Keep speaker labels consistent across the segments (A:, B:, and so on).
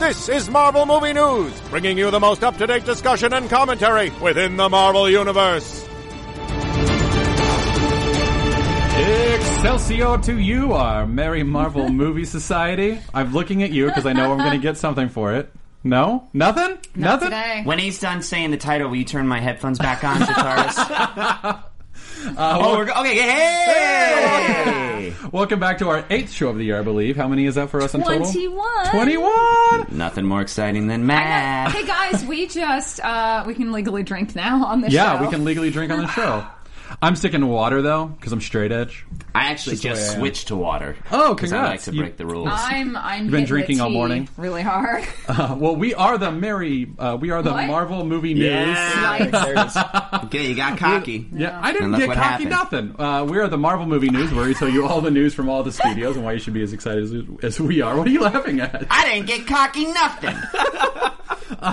A: this is Marvel Movie News, bringing you the most up to date discussion and commentary within the Marvel Universe.
B: Excelsior to you, our Merry Marvel Movie Society. I'm looking at you because I know I'm going to get something for it. No? Nothing? Nothing?
C: today.
D: When he's done saying the title, will you turn my headphones back on, guitarist?
B: Uh,
D: oh, we're, go- okay, hey!
B: Welcome back to our eighth show of the year, I believe. How many is that for us in total?
C: 21.
B: 21!
D: Nothing more exciting than Matt.
C: uh, Hey guys, we just uh, we can legally drink now on this
B: Yeah,
C: show.
B: we can legally drink on the show. I'm sticking to water, though, because I'm straight edge.
D: I actually
B: the way I
D: just
B: am.
D: switched to water.
B: Oh,
D: 'Cause I like
B: congrats.
D: to
B: You-
D: break the rules.
C: I'm
B: been
C: I'm hitting the
B: drinking all
C: tea
B: morning?
C: really hard.
B: Uh, well, we are the Merry, uh, we are the
C: What?
B: Marvel Movie News.
D: okay, you got cocky.
B: Yeah, I didn't
D: And look
B: get
D: what
B: cocky
D: happened.
B: nothing. Uh, we are the Marvel Movie News, where we tell you all the news from all the studios and why you should be as excited as, as we are. What are you laughing at?
D: I didn't get cocky nothing.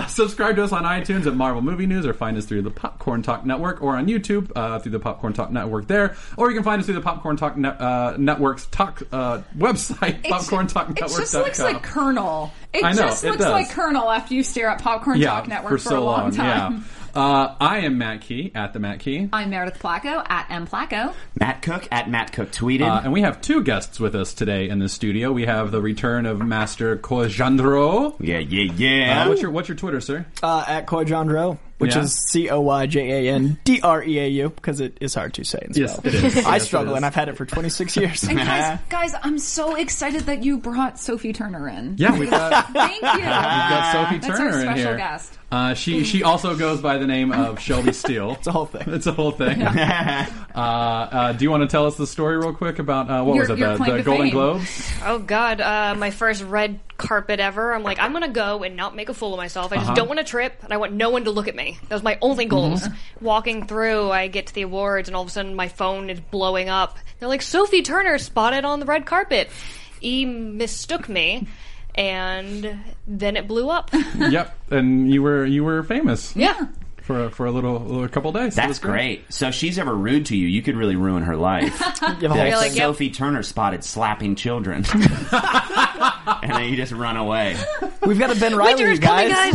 B: Subscribe to us on iTunes at Marvel Movie News, or find us through the Popcorn Talk Network, or on YouTube uh, through the Popcorn Talk Network there, or you can find us through the Popcorn Talk Net uh, Network's talk uh, website,
C: It's-
B: popcorntalknetwork.com.
C: It just looks like Colonel. It
B: I know,
C: just
B: it
C: looks
B: does.
C: like Colonel after you stare at Popcorn
B: yeah,
C: Talk Network
B: for
C: for,
B: so
C: a long, time.
B: Yeah. Uh, I am Matt Key at the Matt Key,
C: I'm Meredith Placco at M Placco.
D: Matt Cook at Matt Cook tweeted.
B: uh, and we have two guests with us today in the studio. We have the return of Master Kojandro.
D: yeah, yeah, yeah.
B: Uh, what's your What's your Twitter, sir?
E: uh, at Coyjandro, which
B: Yeah.
E: is C O Y J A N D R E A U, because it is hard to say. And
B: Yes,
E: spell.
B: it is.
E: I
B: Yes, it
E: struggle,
B: is.
E: and I've had it for 26 years.
C: And guys, guys, I'm so excited that you brought Sophie Turner in.
B: Yeah, we've got,
C: Thank you.
B: we've got Sophie
C: That's
B: Turner
C: our
B: in
C: special
B: here.
C: guest.
B: Uh, she she also goes by the name of Shelby Steele. it's
E: a whole thing.
B: It's a whole thing. uh, uh, do you want to tell us the story real quick about uh, what
C: Your-
B: was it
C: your
B: the,
C: claim
B: the
C: to
B: Golden
C: fame.
B: Globes?
F: Oh God, uh, my first red carpet ever. I'm like, I'm gonna go and not make a fool of myself. I just
D: Uh-huh.
F: don't want to trip, and I want no one to look at me. That was my only
D: Mm-hmm.
F: goals. Walking through, I get to the awards, and all of a sudden, my phone is blowing up. They're like, Sophie Turner spotted on the red carpet. E mistook me, and then it blew up.
B: yep, and you were you were famous
C: Yeah.
B: for for a little, little couple days. It was
D: That's great. So if she's ever rude to you, you could really ruin her life.
E: You have a whole
F: like,
E: thing.
F: yep.
D: Sophie Turner spotted slapping children. and then you just run away.
E: We've got a Ben Riley,
F: Winter's coming, guys.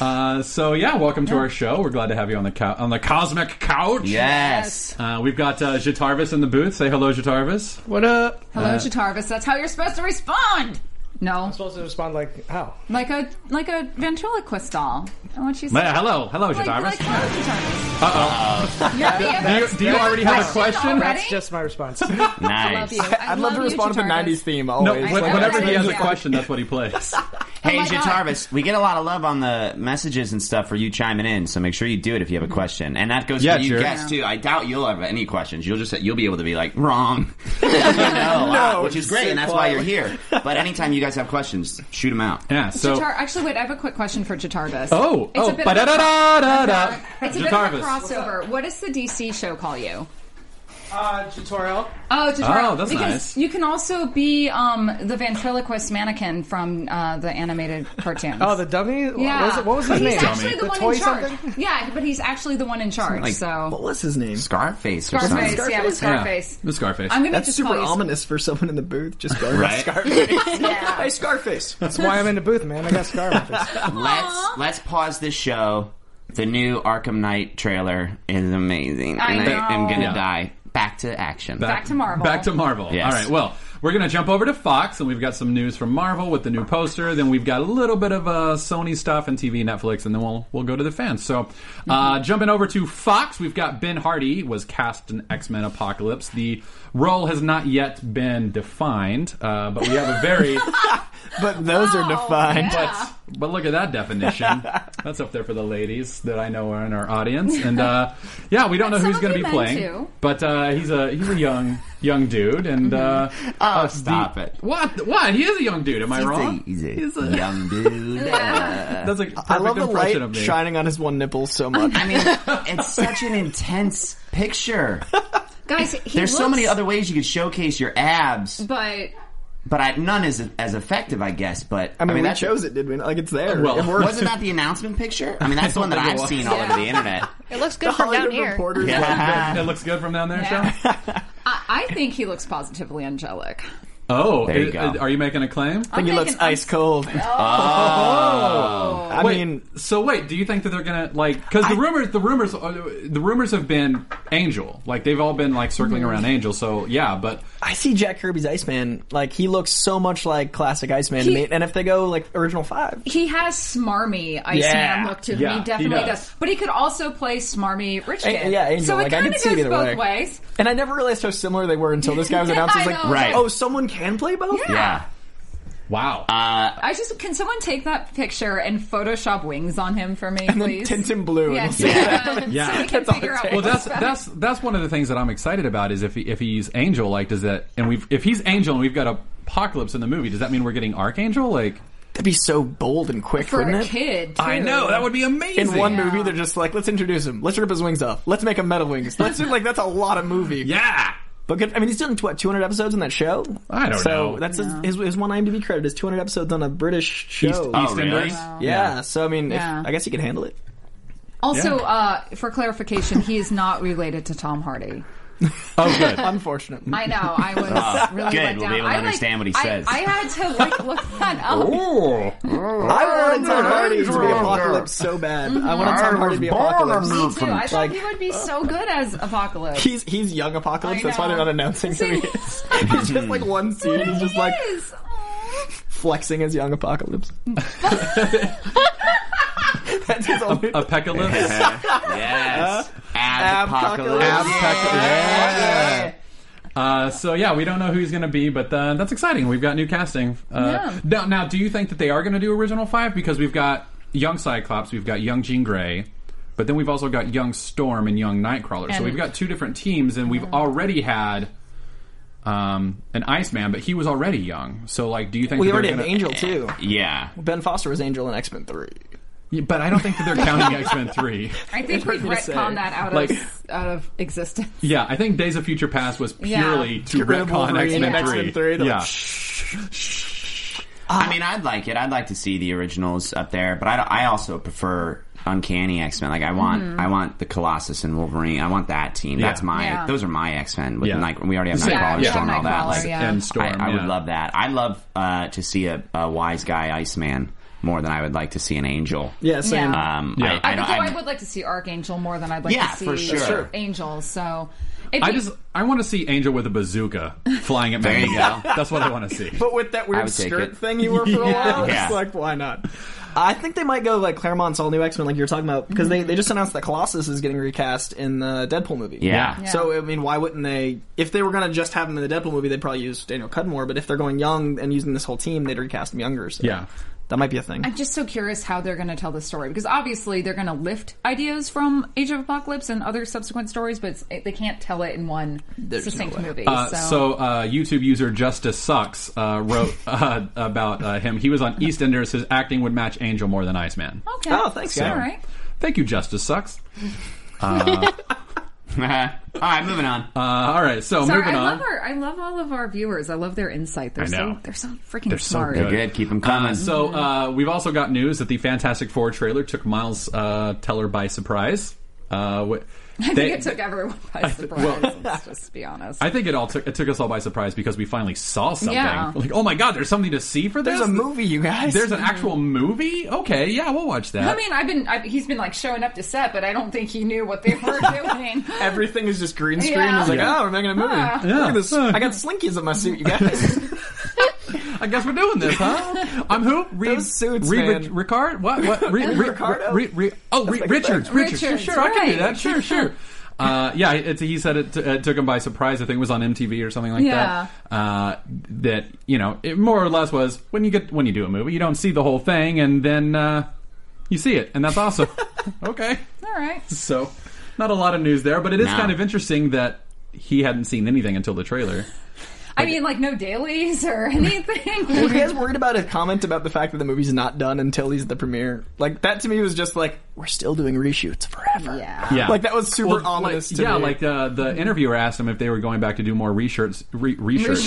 B: Uh, so yeah, welcome to our show. We're glad to have you on the cou- on the cosmic couch.
D: Yes.
B: Uh, we've got uh, Jatarvis in the booth. Say hello, Jatarvis. What up?
C: Hello, Chatarvis. That's how you're supposed to respond. No,
G: supposed to respond like how?
C: like a like a ventriloquist doll. I want you to say,
B: Uh, hello, hello,
C: like,
B: Jatarvis.
C: like hello, Chatarvis.
B: Uh-oh. Do you,
C: Yeah,
B: do you already have a question?
C: already?
G: Just my response.
D: Nice.
C: Oh
E: I'd love to respond to the 90s theme
B: No,
E: always.
B: wh-
E: Like,
B: whenever he has a
C: Yeah.
B: question, that's what he plays.
D: Hey,
C: my God.
D: Jatarvis, we get a lot of love on the messages and stuff for you chiming in, so make sure you do it if you have a question. And that goes
B: Yeah,
D: for you
B: sure.
D: guests too. I doubt you'll have any questions. You'll just you'll be able to be like wrong, You know, uh, which is great, and that's why you're here. But anytime you guys have questions, shoot them out.
B: Yeah, so.
C: Jatar- actually, wait. I have a quick question for Jatarvis.
B: Oh,
C: it's
B: oh,
C: a bit of a,
B: ba-da-da-da-da-da.
C: It's a bit of a
B: Jatarvis.
C: crossover. What does the DC show call you?
G: Uh, tutorial.
C: Oh, Jatar-
B: Oh, that's
C: because
B: nice.
C: you can also be um, the ventriloquist mannequin from uh, the animated cartoons.
G: Oh, the dummy.
C: yeah.
G: What was, it, what was his
C: But
G: name?
C: He's actually the,
G: the
C: one
G: toy
C: in charge.
G: something.
C: Yeah, but he's actually the one in charge.
D: like-
E: what
C: so
E: was his name?
D: Scarface, or
C: Scarface,
D: something.
C: yeah, with
B: Yeah,
C: Scarface.
B: The Scarface.
C: I'm gonna
E: That's
C: just
E: super
C: call you Scar-
E: ominous for someone in the booth. Just going,
D: Right.
E: Scarface. Hey, Scarface.
G: That's why I'm in the booth, man. I got Scarface.
D: Let's let's pause this show. The new Arkham Knight trailer is amazing,
C: I
D: and I am
C: know.
D: gonna
B: Yeah.
D: die. Back to action.
C: Back to Marvel.
B: Back to Marvel.
D: Yes.
B: All right. Well, We're going to jump over to Fox, and we've got some news from Marvel with the new poster. Then we've got a little bit of uh, Sony stuff and TV, Netflix, and then we'll we'll go to the fans. So, uh,
C: Mm-hmm.
B: jumping over to Fox, we've got Ben Hardy was cast in X Men Apocalypse. The role has not yet been defined, uh, but we have a very
E: But those are defined.
B: but but look at that definition. That's up there for the ladies that I know are in our audience. And uh, yeah, we don't
C: But
B: know who's
C: some
B: going to
C: of you
B: be
C: men,
B: playing,
C: too.
B: but uh, he's a he's a young young dude. And uh, uh, the-
D: stop it.
B: What what? He is a young dude. Am I wrong?
D: He's a,
B: He's a-
D: young dude.
B: That's a perfect
E: I love the
B: impression
E: light
B: of me.
E: shining on his one nipple so much.
D: I mean, it's such an intense picture.
C: Guys, he
D: There's so many
C: looks-
D: other ways you could showcase your abs,
C: But
D: but I, none is as effective, I guess. But
E: I mean, we
D: that's
E: chose it, did we? not? Like it's there.
B: Well,
E: it works.
D: Wasn't that the announcement picture? I mean, that's the one that
B: think it
D: I've
B: was.
D: seen all over the internet.
F: It looks good
E: the
F: from down
E: Hollywood
F: here.
E: reporters.
D: Yeah.
B: It looks good from down there,
C: Yeah.
B: Sean.
C: I, I think he looks positively angelic.
B: Oh,
D: There you
B: it-
D: go.
B: it- are you making a claim?
E: I think he
C: I'm
E: looks
C: thinking-
E: ice cold. Oh. I
B: Oh. Wait,
E: mean,
B: so wait, do you think that they're gonna like? Because the rumors, the rumors, uh, the rumors have been Angel. Like they've all been like circling around Angel. So yeah, but
E: I see Jack Kirby's Iceman. Like he looks so much like classic Iceman to
C: He-
E: me. And if they go like original five,
C: He has smarmy Iceman
E: Yeah.
C: look to him.
B: Yeah,
C: he
B: he
C: definitely does.
B: does.
C: But he could also play smarmy rich
E: A-
C: kid.
E: yeah, Angel,
C: so it
E: like, I
C: kind of
E: could
C: goes
E: see it either
C: both
E: way.
C: ways.
E: and I never realized how similar they were until this guy was announced. It's
C: I
E: like,
C: know.
D: Right.
E: oh, someone can play both.
D: Yeah.
B: wow,
C: I just can someone take that picture and Photoshop wings on him for me,
E: And then
C: please.
E: tint and blue.
C: yeah,
E: and
C: so, yeah.
B: Yeah.
C: so we can
E: That's all
C: figure
E: it
C: out.
E: takes.
B: Well,
C: what's
B: that's
C: better.
B: that's that's one of the things that I'm excited about is if he, if he's Angel, like does that, and we've if he's Angel and we've got Apocalypse in the movie, does that mean we're getting Archangel? Like,
E: That'd be so bold and quick,
C: for
E: wouldn't
C: a
E: it?
C: kid.
B: I
C: too.
B: know that would be amazing.
E: In one movie, they're just like, let's introduce him, let's rip his wings off, let's make him metal wings, let's do like that's a lot of movie.
B: yeah,
E: But good, I mean, he's done what 200 episodes on that show.
B: I don't
E: so
B: know.
E: that's his, his his one IMDb credit is 200 episodes on a British show.
B: East,
D: Oh, really?
B: EastEnders.
E: yeah, so I mean, if-
C: Yeah.
E: I guess he could handle it.
C: Also,
B: Yeah.
C: uh, for clarification, he is not related to Tom Hardy.
B: Oh, good.
E: Unfortunate.
C: I know. I was really
D: Ah, good.
C: let
D: We'll
C: down.
D: be able to
C: I, like,
D: understand what he
C: I-
D: says.
C: I, had to like look that up.
B: Oh,
E: I wanted Tom Hardy to be Apocalypse so bad.
C: Mm-hmm.
E: I wanted Tom Hardy to be Apocalypse.
C: Me too. I thought
E: Like-
C: he would be so good as Apocalypse.
E: He's he's young Apocalypse.
C: I
E: That's why they're
C: know.
E: not announcing who
C: See?
E: he is. He's just like one scene. He's just like
C: He is. Aw.
E: flexing as young Apocalypse. That's his only.
B: Apocalypse.
D: Yes. Abpocalypse.
B: Yeah. Uh, so yeah, we don't know who he's going to be, but uh, that's exciting. We've got new casting. Uh,
C: Yeah.
B: now, now, do you think that they are going to do original five because we've got young Cyclops, we've got young Jean Grey, but then we've also got young Storm and young Nightcrawler. so
C: And-
B: we've got two different teams, and we've already had um, an Iceman, but he was already young. So like, do you think
E: We
B: that
E: already
B: they're
E: have
B: gonna-
E: Angel too.
D: Yeah.
E: Ben Foster was Angel in X Men Three.
B: Yeah, But I don't think that they're counting X Men three.
C: I think we've
E: gonna say.
C: retconned that out
B: Like-
C: of out of existence.
B: Yeah, I think Days of Future Past was
C: Yeah.
B: purely to
E: Get rid of
B: retcon
E: Wolverine
B: X Men
E: and X-Men three, they're
B: Yeah.
E: like,
D: I mean, I'd like it. I'd like to see the originals up there, but I, don't- I also prefer Uncanny X Men. Like, I want, I want the Colossus and Wolverine. I want that team.
B: Yeah.
D: That's my.
C: Yeah.
D: Those are my X Men. With
B: Yeah.
D: Night, we already have
B: Yeah,
D: Nightcrawler, and
B: yeah.
D: Storm, and all that.
C: Nightcrawler,
D: Like,
C: yeah.
B: and Storm.
D: I, I would
B: yeah.
D: love that. I love uh, to see a, a wise guy Iceman more than I would like to see an angel.
E: Yeah, same.
C: Yeah.
D: Um,
B: Yeah.
D: I, I,
C: Although
D: don't,
C: I,
D: I,
C: would like to see Archangel more than I'd like
D: Yeah,
C: to see
D: for sure.
C: Angel. So if
B: I
C: you-
B: just I want to see Angel with a bazooka flying at me.
D: There you go.
B: That's what I want to see.
E: But with that
D: I
E: weird
D: would take
E: skirt
D: it.
E: thing you wore for a while,
D: Yeah.
E: it's like why not? I think they might go like Claremont's all new X Men, like you're talking about, because they, they just announced that Colossus is getting recast in the Deadpool movie.
D: yeah.
C: Yeah.
E: So I mean, why wouldn't they? If they were going to just have him in the Deadpool movie, they'd probably use Daniel Cudmore. But if they're going young and using this whole team, they'd recast him younger. So
B: Yeah.
E: that might be a thing.
C: I'm just so curious how they're going to tell the story because obviously they're going to lift ideas from Age of Apocalypse and other subsequent stories, but it's, it, they can't tell it in one succinct movie.
B: Uh,
C: so,
B: so uh, YouTube user Justice Sucks uh, wrote uh, about uh, him. He was on EastEnders. His acting would match Angel more than Iceman.
C: okay,
E: Oh, thanks, guy.
C: All right.
B: Thank you, Justice Sucks.
D: all right, moving on.
B: Uh, all right, so
C: Sorry,
B: moving
C: I
B: on.
C: love our, I love all of our viewers. I love their insight. They're
B: I know.
C: so they're so freaking
B: They're so
C: smart.
B: good.
D: Good, keep them coming.
B: So uh, we've also got news that the Fantastic Four trailer took Miles uh, Teller by uh, surprise. Uh, wh- they-
C: I think it took everyone by surprise. let's just be honest.
B: I think it all took it took us all by surprise because we finally saw something.
C: Yeah.
B: Like, oh my god, there's something to see for this.
E: There's a movie, you guys.
B: There's an actual movie. Okay, yeah, we'll watch that.
C: I mean, I've been. I've, he's been like showing up to set, but I don't think he knew what they were doing.
E: Everything is just green screen.
C: Yeah.
E: It's like,
B: Yeah.
E: oh, we're making a movie.
C: Yeah.
E: Look at this. I got slinkies in my suit, you guys.
B: I guess we're doing this, huh? I'm who? Reed,
E: Those suits,
B: Reed
E: man.
B: Rich- Ricard? What? What? Reed, Reed,
E: Ricardo?
B: Reed, Reed- oh, Reed, Richards, Richards. Sure,
C: Richards,
B: sure, I can do
C: right.
B: that. Sure, sure. Uh, yeah, it, he said it, t- it took him by surprise. I think it was on MTV or something like
C: Yeah.
B: that. Uh, that you know, it more or less was when you get when you do a movie, you don't see the whole thing, and then uh, you see it, and that's awesome. okay,
C: All right.
B: so not a lot of news there, but it is
D: No.
B: kind of interesting that he hadn't seen anything until the trailer.
C: I mean, like no dailies or anything.
E: Were you guys worried about his comment about the fact that the movie's not done until he's at the premiere? Like that to me was just like we're still doing reshoots forever.
C: Yeah.
B: Yeah.
E: Like that was super
B: Well,
E: ominous
B: like-
E: to
B: yeah,
E: me. Mm-hmm.
B: like uh, the interviewer asked him if they were going back to do more reshirts, re, reshirts,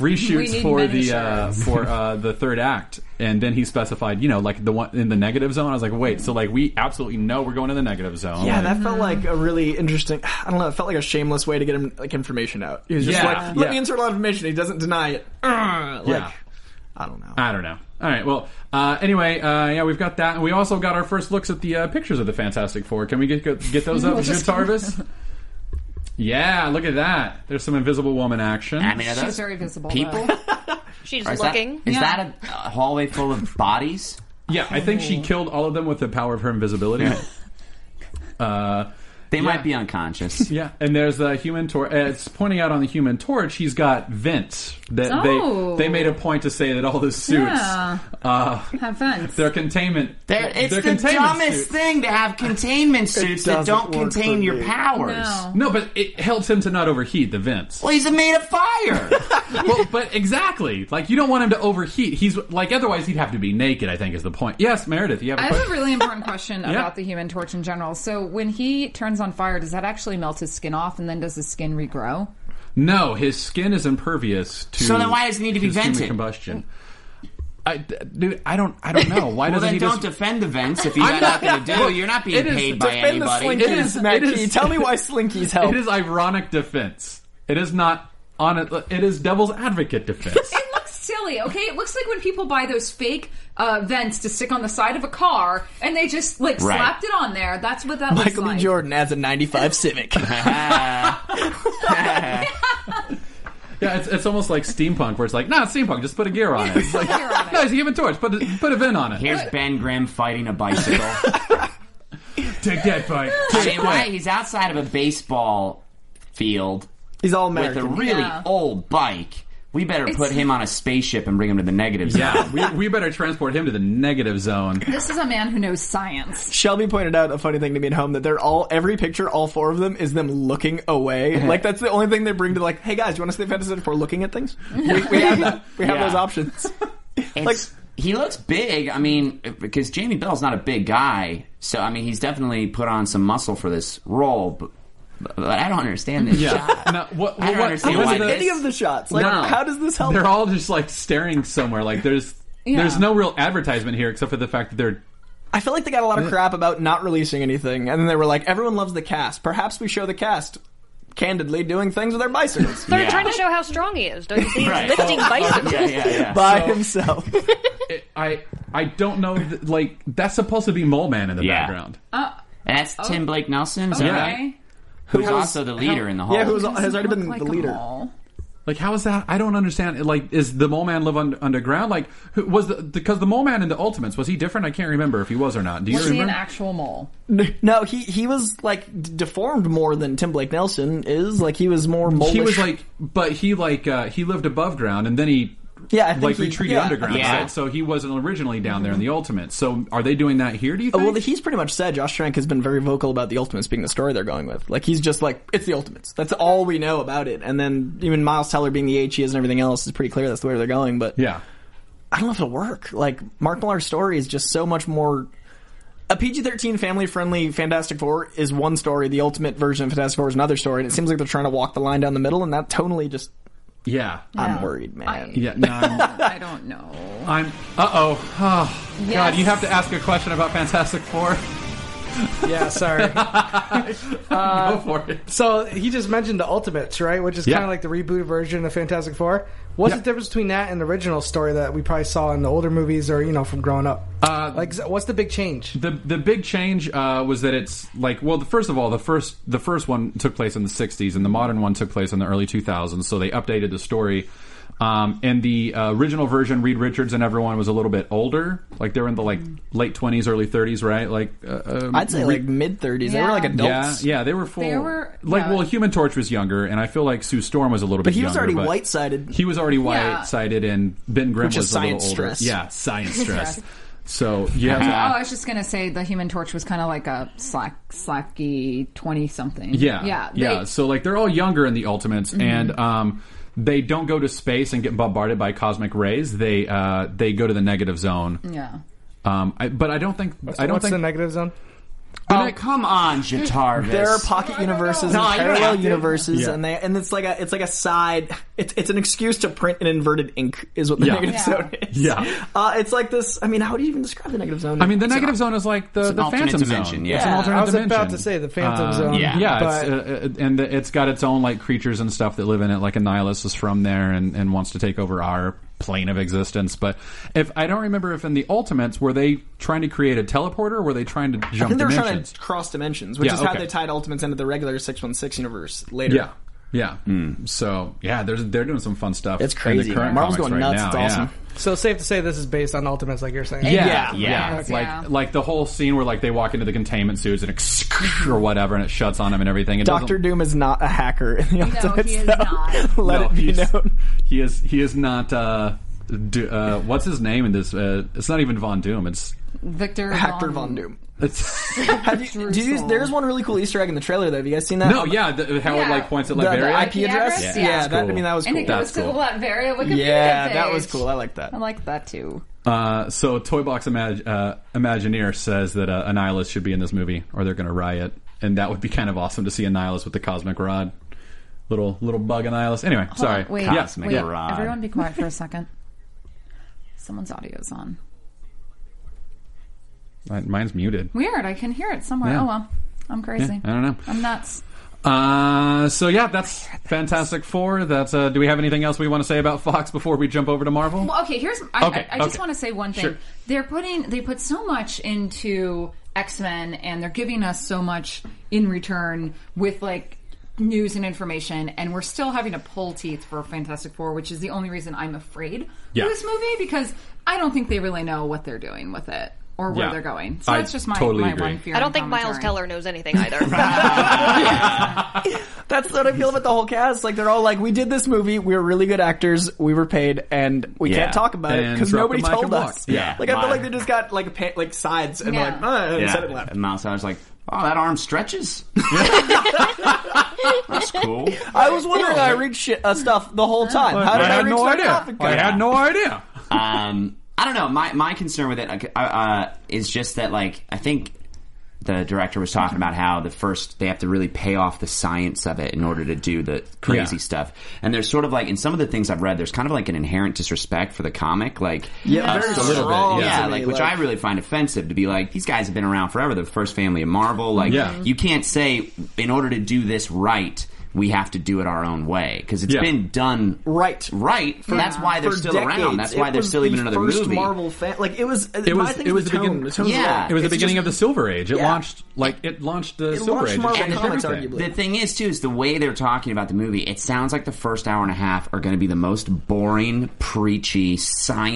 C: We
B: reshoots
C: need
B: for
C: many
B: the uh,
C: shirts.
B: for uh, the third act, and then he specified, you know, like the one in the negative zone. I was like, wait, so like we absolutely know we're going to the negative zone.
E: Yeah,
B: Like,
E: that felt like a really interesting. I don't know. It felt like a shameless way to get him like information out. He was just
B: Yeah,
E: like, "Let
B: yeah.
E: me insert a lot of information." He doesn't deny it. Ugh,
B: Yeah.
E: Like, I don't know.
B: I don't know. All right. Well, uh, anyway, uh, yeah, we've got that, and we also got our first looks at the uh, pictures of the Fantastic Four. Can we get get, get those up,
C: We'll
B: Jim
C: just-
B: Tarvis? Yeah, look at that. There's some Invisible Woman action.
D: I mean, are
C: She's
D: those
C: very visible.
D: people?
C: though.
F: She's
D: Or is that,
F: looking.
D: is that a, a hallway full of bodies?
B: Yeah, I think she killed all of them with the power of her invisibility. uh,
D: They might be unconscious.
B: yeah, and there's the human torch. It's pointing out on the human torch. He's got vents that
C: Oh.
B: they they made a point to say that all the suits,
C: Yeah.
B: uh,
C: Have fun.
B: their containment,
D: They're, it's
B: their
D: the
B: containment
D: dumbest
B: suit-
D: thing to have containment suits that
E: doesn't
D: don't
E: work for
D: contain your
E: me.
D: powers.
C: No.
B: No, but it helps him to not overheat the vents.
D: Well, he's made of fire.
B: well, but exactly, like you don't want him to overheat. He's like otherwise he'd have to be naked. I think is the point. Yes, Meredith, you have a
C: I have
B: question.
C: a really important question about the Human Torch in general. So, when he turns on fire, does that actually melt his skin off, and then does his skin regrow?
B: No, his skin is impervious to.
D: So then why does it need to be
B: his human
D: vented?
B: Combustion. I, d- dude, I don't, I don't know. Why
D: well,
B: doesn't
D: then
B: he
D: don't
B: just?
D: defend the vents if you
B: I'm
D: got nothing
B: not-
D: to do.
B: Look,
D: You're not
B: it
D: being
B: is-
D: paid by
E: Defend the
D: anybody.
B: It
E: slinkies,
B: is-
E: Matt
B: it is-
E: Key. Tell me why slinkies help.
B: it is ironic defense. It is not on it. It is devil's advocate defense.
C: It looks silly, okay? It looks like when people buy those fake uh, vents to stick on the side of a car, and they just like
D: Right.
C: slapped it on there. That's what that
E: Michael
C: looks
E: B.
C: like.
E: Jordan adds a '95 Civic.
B: yeah, it's, it's almost like steampunk, where it's like, nah, it's steampunk. Just put a gear on it. It's like,
C: Gear on it.
B: no, it's a human torch. Put a, put a vent on it.
D: Here's Ben Grimm fighting a bicycle.
B: Take that bike.
D: I mean, why? He's outside of a baseball field
E: He's all
D: with a
E: American.
D: really
C: Yeah.
D: old bike. We better put him on a spaceship and bring him to the negative zone.
B: Yeah, we, we better transport him to the negative zone.
C: This is a man who knows science.
E: Shelby pointed out a funny thing to me at home that they're all every picture, all four of them is them looking away. like that's the only thing they bring to like, hey guys, you want to stay fantasy for looking at things? We, we have that. We have
D: Yeah.
E: those options. like
D: It's- he looks big. I mean, because Jamie Bell's not a big guy, so I mean, he's definitely put on some muscle for this role. But, but I don't understand this shot.
B: No, what,
D: I don't
B: what-
D: understand
B: what
D: why
B: is the-
D: this-
E: any of the shots. Like
D: No.
E: how does this help?
B: They're all just like staring somewhere. Like there's
C: Yeah.
B: there's no real advertisement here except for the fact that they're
E: I feel like they got a lot of crap about not releasing anything, and then they were like, everyone loves the cast. Perhaps we show the cast candidly doing things with their bicycles.
D: Yeah.
F: They're trying to show how strong he is. Don't you think?
D: Right.
F: He's lifting bicycles.
D: Yeah, yeah, yeah.
E: by himself.
B: I I don't know th- like that's supposed to be Mole Man in the
D: Yeah.
B: background.
D: And that's Tim Blake Nelson, is that right?
C: Okay?
D: Who's also the leader in the whole.
E: yeah, who's
C: Doesn't
E: has already been
C: look like
E: the
C: a
E: leader.
C: mole.
B: Like how is that? I don't understand. Like is the Mole Man live un- underground? Like who was the because the Mole Man in the Ultimates was he different? I can't remember if he was or not. Do you
C: Was he
B: remember?
C: an actual mole?
E: No, he he was like d- deformed more than Tim Blake Nelson is. Like he was more. Molish.
B: he was like, but he like uh, he lived above ground and then he.
E: Yeah, I think
B: like
E: he-
B: retreated
E: yeah.
B: underground,
D: Yeah.
B: right? so he wasn't originally down there in the Ultimate. So are they doing that here? Do you
E: Oh,
B: think?
E: well, he's pretty much said Josh Trank has been very vocal about the Ultimates being the story they're going with. Like he's just like it's the Ultimates. That's all we know about it. And then even Miles Teller being the H he is and everything else is pretty clear that's the way they're going. But
B: yeah,
E: I don't know if it'll work. Like Mark Millar's story is just so much more. A PG thirteen family friendly Fantastic Four is one story. The Ultimate version of Fantastic Four is another story. And it seems like they're trying to walk the line down the middle, and that totally just.
B: yeah,
E: I'm worried, man.
C: I-
B: yeah. No, I'm-
C: I don't know.
B: I'm. Uh oh. God,
C: Yes.
B: you have to ask a question about Fantastic Four.
G: Yeah, sorry.
B: Go for it.
G: so he just mentioned the Ultimates, right? Which is
B: Yeah.
G: kind of like the reboot version of Fantastic Four. What's
B: Yeah.
G: the difference between that and the original story that we probably saw in the older movies or you know from growing up? Uh, like, what's the big change?
B: the the big change uh, was that it's like well the first of all the first the first one took place in the 60s and the modern one took place in the early 2000s so they updated the story um, and the uh, original version Reed Richards and everyone was a little bit older like they were in the like
C: Mm.
B: late 20s early 30s right like uh, um,
E: I'd say like mid 30s. They
C: Yeah.
E: were like
B: yeah
E: adults.
B: yeah they were full
C: They were-
B: like
C: yeah.
B: well Human Torch was younger and I feel like Sue Storm was a little
E: But
B: bit
E: he was
B: younger,
E: already
B: but-
E: white sided.
B: he was already
C: Yeah.
B: white sided and Ben Grimm
E: Which is
B: was a little
E: science
B: older
E: stress.
B: yeah science stress so you have
C: Oh,
B: to
C: I was just gonna say the Human Torch was kind of like a slack, slacky twenty something.
B: Yeah,
C: yeah, they- Mm-hmm.
B: yeah. So like they're all younger in the Ultimates, and um, they don't go to space and get bombarded by cosmic rays. They uh, they go to the negative zone.
C: yeah.
B: Um, I, but I don't think I don't
G: what's
B: think
G: the negative zone?
D: Oh, come on, Jatarvis.
E: There are pocket universes
D: No,
E: and
D: you're
E: parallel
D: not.
E: universes,
B: Yeah.
E: and they and it's like a it's like a side. It's it's an excuse to print an inverted ink is what the
B: Yeah.
E: negative
B: Yeah.
E: zone is.
B: Yeah.
E: uh, it's like this. I mean, how do you even describe the negative zone?
B: I mean, the negative zone is like the,
D: an
B: the
D: alternate
B: Phantom Zone.
D: dimension, yeah.
B: It's an
E: Yeah.
B: alternate
G: I was about
B: dimension. Uh,
G: to say the Phantom Zone.
D: yeah.
B: Yeah,
G: but
B: it's, uh, uh, and the, it's got its own like creatures and stuff that live in it. Like Annihilus is from there and, and wants to take over our plane of existence. But if I don't remember if in the Ultimates were they trying to create a teleporter, or were they trying to
E: I
B: jump
E: think they're trying
B: dimensions?
E: to cross dimensions, which
B: Yeah,
E: is how
B: okay.
E: they tied Ultimates into the regular six one six universe later.
B: Yeah. Yeah. Hmm. So yeah, they're they're doing some fun stuff.
E: It's
B: in the
E: crazy.
B: current
E: Marvel's
B: comics
E: going
B: right
E: nuts.
B: now,
E: It's
B: yeah.
E: awesome.
G: so safe to say this is based on Ultimates, like you're saying.
B: Yeah,
E: Yeah.
B: yeah,
C: Yes,
B: Like
C: yeah.
B: like the whole scene where like they walk into the containment suits and it or whatever, and it shuts on them and everything. It
E: Doctor
B: doesn't-
E: Doom is not a hacker in the Ultimates.
C: he is
E: though.
C: not.
E: Let
B: No,
E: it be
B: he's-
E: known.
B: He is he is not. Uh, do, uh, what's his name in this? Uh, it's not even Von Doom. It's
C: Victor
E: Hector Von Doom.
B: it's
E: Have you, do you, there's one really cool Easter egg in the trailer though. Have you guys seen that?
B: no, yeah. The, how it
C: Yeah.
B: like points at
E: the, the
B: Liberia.
E: IP address.
C: address?
E: Yeah,
C: Yeah.
E: that I
B: Cool.
E: mean that was
C: and
E: cool.
C: it goes
B: That's
C: to
B: cool.
C: the Latveria Wikipedia
E: yeah,
C: page.
E: that was cool. I like that.
C: I like that too.
B: Uh, so Toybox Imag- uh, Imagineer says that uh, Annihilus should be in this movie, or they're going to riot, and that would be kind of awesome to see Annihilus with the cosmic rod, little little bug Annihilus. Anyway, sorry,
C: wait,
B: Yeah,
D: Cosmic
C: wait,
D: Rod.
C: everyone, be quiet for a second. Someone's audio's on.
B: Mi- mine's muted.
C: Weird. I can hear it somewhere.
B: Yeah.
C: Oh well, I'm crazy.
B: I don't know.
C: I'm nuts.
B: Uh, so yeah, that's Fantastic Four. That's uh, do we have anything else we want to say about Fox before we jump over to Marvel?
C: Well, okay. Here's I,
B: Okay,
C: I, I just
B: okay.
C: want to say one thing.
B: Sure.
C: They're putting they put so much into X Men, and they're giving us so much in return with like news and information, and we're still having to pull teeth for Fantastic Four, which is the only reason I'm afraid
B: Yeah.
C: for this movie because I don't think they really know what they're doing with it or where
B: Yeah.
C: they're going. So
B: I
C: that's just my
B: totally
C: my
B: agree.
C: one fear.
F: I don't
C: and
F: think Miles
C: commentary.
F: Teller knows anything either.
E: That's what I feel about the whole cast. Like they're all like, we did this movie. We were really good actors. We were paid, and we
D: Yeah.
E: can't talk about it
B: And
E: because
B: drop
E: nobody
B: the mic
E: told
B: and walk.
E: us.
B: Yeah.
E: Like I feel
D: Mine.
E: like they just got like pa- like sides and
C: Yeah.
E: like uh, and
D: Yeah.
E: said it left.
D: And Miles, I was like, oh, that arm stretches. That's cool.
E: I was wondering. I read shit, uh, stuff the whole time. How did I, reach that topic?
B: I had no idea.
D: um, I don't know. My my concern with it like, uh, uh, is just that like I think the director was talking about how the first they have to really pay off the science of it in order to do the crazy
B: Yeah.
D: stuff. And there's sort of like in some of the things I've read, there's kind of like an inherent disrespect for the comic, like
E: Yeah,
D: uh,
E: very
D: so-
E: strong
D: yeah,
E: to me,
D: like which
E: like-
D: I really find offensive to be like these guys have been around forever, the first family of Marvel. Like
B: Yeah.
E: Mm-hmm.
D: you can't say in order to do this right. We have to do it our own way because it's
B: Yeah.
D: been done
E: Right.
D: right.
E: For
D: That's why they're still
E: decades.
D: around. That's why
E: It
D: they're
E: was
D: still even
E: the
D: another
E: first
D: movie.
E: Marvel fan. Like it was.
B: It
E: my
B: was
E: thing
B: it
E: is
B: was the
E: the tone.
B: begin-
E: The tone's
D: Yeah.
E: wrong.
B: It was the
E: It's
B: beginning
E: just-
B: of the Silver Age. It
E: Yeah.
B: launched like it launched the
E: It
B: Silver
E: launched
B: Age. It
E: Marvel
B: changed
E: Comics,
B: everything.
E: arguably.
D: The thing is, too, is the way they're talking about the movie. It sounds like the first hour and a half are going to be the most boring, preachy,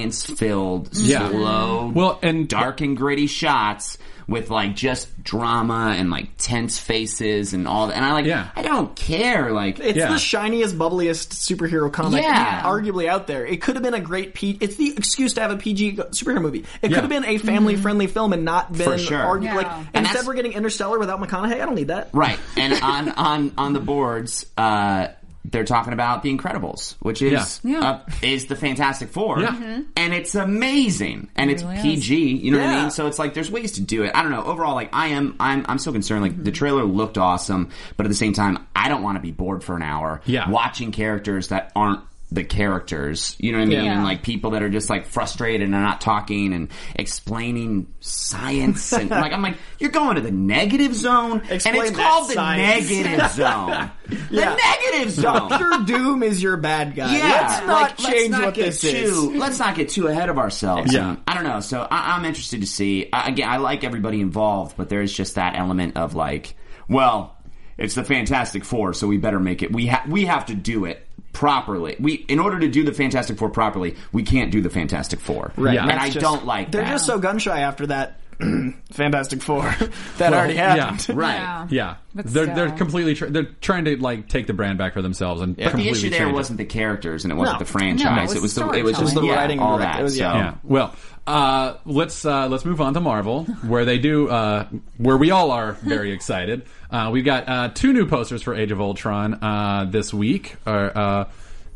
D: science-filled,
B: Yeah.
D: slow,
B: Well, and-
D: dark and gritty shots with like just drama and like tense faces and all that. And I like,
B: Yeah.
D: I don't care. Like,
E: It's
B: Yeah.
E: the shiniest, bubbliest superhero comic,
D: Yeah.
E: arguably out there. It could have been a great P. It's the excuse to have a PG superhero movie. It
B: Yeah.
E: could have been a family-friendly film and not been
D: For sure.
E: argu-
D: Mm-hmm. Yeah.
E: like
C: And
E: instead
D: that's-
E: we're getting Interstellar without McConaughey. I don't need that.
D: Right. And on on on the boards, uh, they're talking about The Incredibles, which is
C: Yeah. Yeah.
D: Uh, is the Fantastic Four,
B: Yeah. Mhm.
D: and it's amazing, and it's
C: really
D: PG. You know what
E: Yeah.
D: I mean? So it's like there's ways to do it. I don't know. Overall, like I am, I'm I'm so concerned. Like
C: Mm-hmm.
D: the trailer looked awesome, but at the same time, I don't want to be bored for an hour
B: Yeah.
D: watching characters that aren't the characters. You know what I mean?
C: Yeah.
D: And like people that are just like frustrated and are not talking and explaining science and like I'm like, you're going to the negative zone
E: Explain
D: and it's
E: that
D: called the
E: science.
D: negative zone.
E: Yeah.
D: The negative zone.
E: Doctor Doom is your bad guy.
D: Yeah,
E: Let's not
D: like, let's
E: change
D: not
E: what
D: get
E: this
D: too,
E: is.
D: Let's not get too ahead of ourselves.
B: Yeah.
D: Um, I don't know. So I, I'm interested to see. I, again, I like everybody involved, but there's just that element of like, well, it's the Fantastic Four, so we better make it. We ha- we have to do it properly. We in order to do the Fantastic Four properly, we can't do the Fantastic Four. Right.
B: Yeah.
D: And
B: That's
D: I
E: Just-
D: don't like
E: They're
D: that.
E: just so gun shy after that Fantastic Four that already happened.
B: yeah.
D: right.
B: Yeah,
C: But
B: they're they're
C: still.
B: completely tr- they're trying to like take the brand back for themselves and
D: But the
B: completely
D: issue there
B: change it.
D: wasn't the characters and it wasn't
E: No.
D: the franchise.
C: No, it
D: it was
C: was
D: the it was just
C: storytelling.
E: It was the
D: yeah,
E: writing
D: all
E: and direct-
D: that.
E: it was-
D: so.
E: yeah.
B: Yeah. Well, uh, let's uh, let's move on to Marvel, where they do uh, where we all are very excited. Uh, we got uh, two new posters for Age of Ultron uh, this week. Or, uh,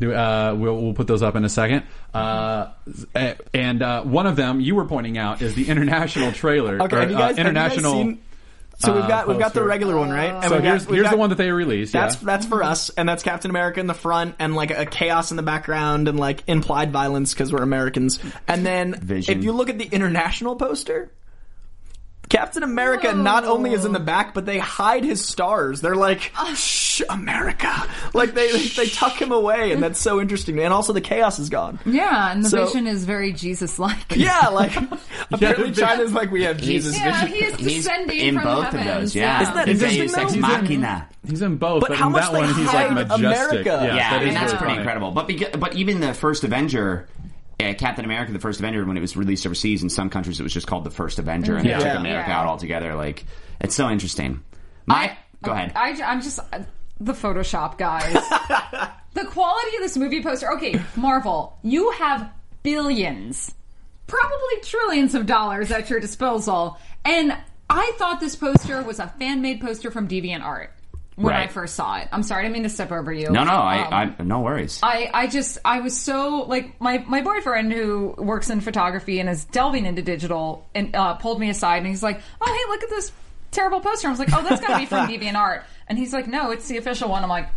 B: do- uh, we'll, we'll put those up in a second. Uh, eh, and uh, one of them you were pointing out is the international trailer.
E: Okay,
B: or,
E: have you guys,
B: uh, international.
E: have you guys seen, so we've
B: uh,
E: got we've got the
B: poster.
E: regular one,
D: Oh.
E: right? And
B: so
E: we've got-
B: here's,
E: we've
B: here's
E: got-
B: the one that they released.
E: That's
B: yeah.
E: that's for us, and that's Captain America in the front, and like a chaos in the background, and like implied violence because we're Americans. And then
D: Vision.
E: if you look at the international poster, Captain America not only is in the back, but they hide his stars. They're like, "Shh, America!" Like they they tuck him away, and that's so interesting. And also the chaos is gone.
C: Yeah, and the
E: So-
C: vision is very Jesus-like.
E: Yeah, like apparently
B: Yeah.
E: China's like we have Jesus.
C: Yeah,
E: vision.
C: he is
D: He's
C: descending
D: in
C: from
D: both
C: the
D: of
C: heavens.
D: those, yeah.
E: Isn't that
D: Deus
E: interesting,
D: Ex
E: though?
D: Machina.
B: He's in both, but,
E: But how
B: in
E: much
B: that
E: they
B: one he's like
E: hide
B: majestic.
E: America?
B: Yeah,
D: Yeah,
B: that
D: I mean
B: is
D: that's
B: really
D: pretty
B: funny.
D: incredible. But beca- but even the first Avenger, uh, Captain America: The First Avenger, when it was released overseas in some countries, it was just called the First Avenger, and
B: Yeah.
D: they took
B: Yeah.
D: America
C: Yeah.
D: out altogether. Like it's so interesting. My go ahead.
C: I, am just uh, the Photoshop guys. the quality of this movie poster. Okay, Marvel, you have billions, probably trillions of dollars at your disposal, and I thought this poster was a fan-made poster from DeviantArt when I
D: Right.
C: first saw it. I'm sorry, I didn't mean to step over you.
D: no, no,
C: Um,
D: I, I no worries.
C: I, I just I was so like my my boyfriend who works in photography and is delving into digital and uh, pulled me aside and he's like, oh hey, look at this terrible poster. I was like, oh, that's got to be from DeviantArt, and he's like, no, it's the official one. I'm like.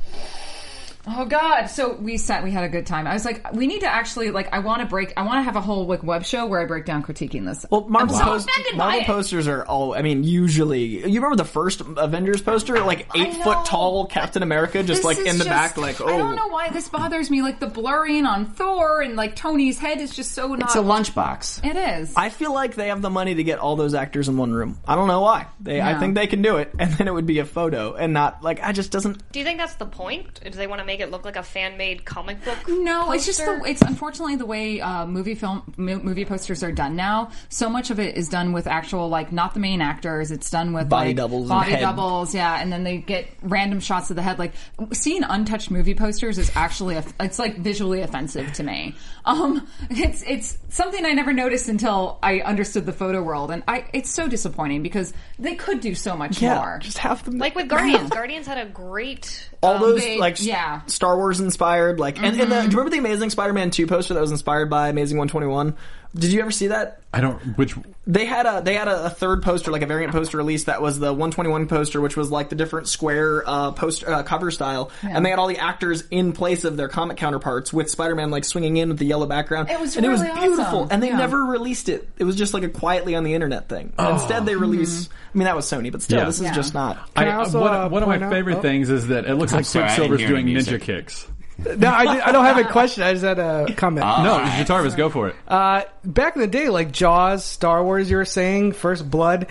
C: Oh God! So we sat. We had a good time. I was like, we need to actually like. I want to break. I want to have a whole like web show where I break down critiquing this.
E: Well, Marvel,
C: I'm so
E: post-
C: offended by
E: Marvel
C: it.
E: posters are all. I mean, usually you remember the first Avengers poster, like
C: I
E: eight foot
C: know.
E: tall Captain America,
C: This
E: just like
C: is
E: in the
C: just-
E: back, like oh,
C: I don't know why this bothers me. Like the blurring on Thor and like Tony's head is just so. Not,
D: it's a lunchbox.
C: It is.
E: I feel like they have the money to get all those actors in one room. I don't know why. They, I
C: Yeah.
E: think they can do it, and then it would be a photo and not like I just doesn't.
F: Do you think that's the point? Do they want to make it look like a fan made comic book?
C: No, it's just the,
F: poster?
C: it's unfortunately the way uh, movie film mo- movie posters are done now. So much of it is done with actual like not the main actors. It's done with
E: Body
C: like,
E: doubles and
C: body
E: head.
C: doubles, yeah. And then they get random shots of the head. Like seeing untouched movie posters is actually a, it's like visually offensive to me. Um, it's it's something I never noticed until I understood the photo world, and I it's so disappointing because they could do so much
E: Yeah,
C: more.
E: just have them
F: like with Guardians. Guardians had a great.
E: all those
C: um, they-
E: like s-
C: yeah. Mm-hmm.
E: Star Wars inspired. Like, and, and the, do you remember the Amazing Spider-Man two poster that was inspired by Amazing One Twenty One? Did you ever see that?
B: I don't. Which
E: they had a they had a, a third poster like a variant poster release that was the 121 poster which was like the different square uh, post uh, cover style and they had all the actors in place of their comic counterparts with Spider-Man like swinging in with the yellow background
C: It was
E: and it
C: really
E: was
C: awesome.
E: beautiful and they
C: Yeah.
E: never released it it was just like a quietly on the internet thing And instead they release I mean that was Sony but still
B: Yeah.
E: this is
C: Mm-hmm. Yeah.
E: just not
B: I,
G: I also,
B: one,
G: uh,
B: one of my
G: point out-
B: favorite
G: oh.
B: things is that it looks like
D: sorry, I didn't
B: Quicksilver's
D: hear any
B: doing ninja
D: music.
B: kicks.
G: No, I, did, I don't have a question. I just had a comment.
D: Uh,
B: No, Guitarist, go for it.
G: Uh, back in the day, like Jaws, Star Wars, you were saying First Blood,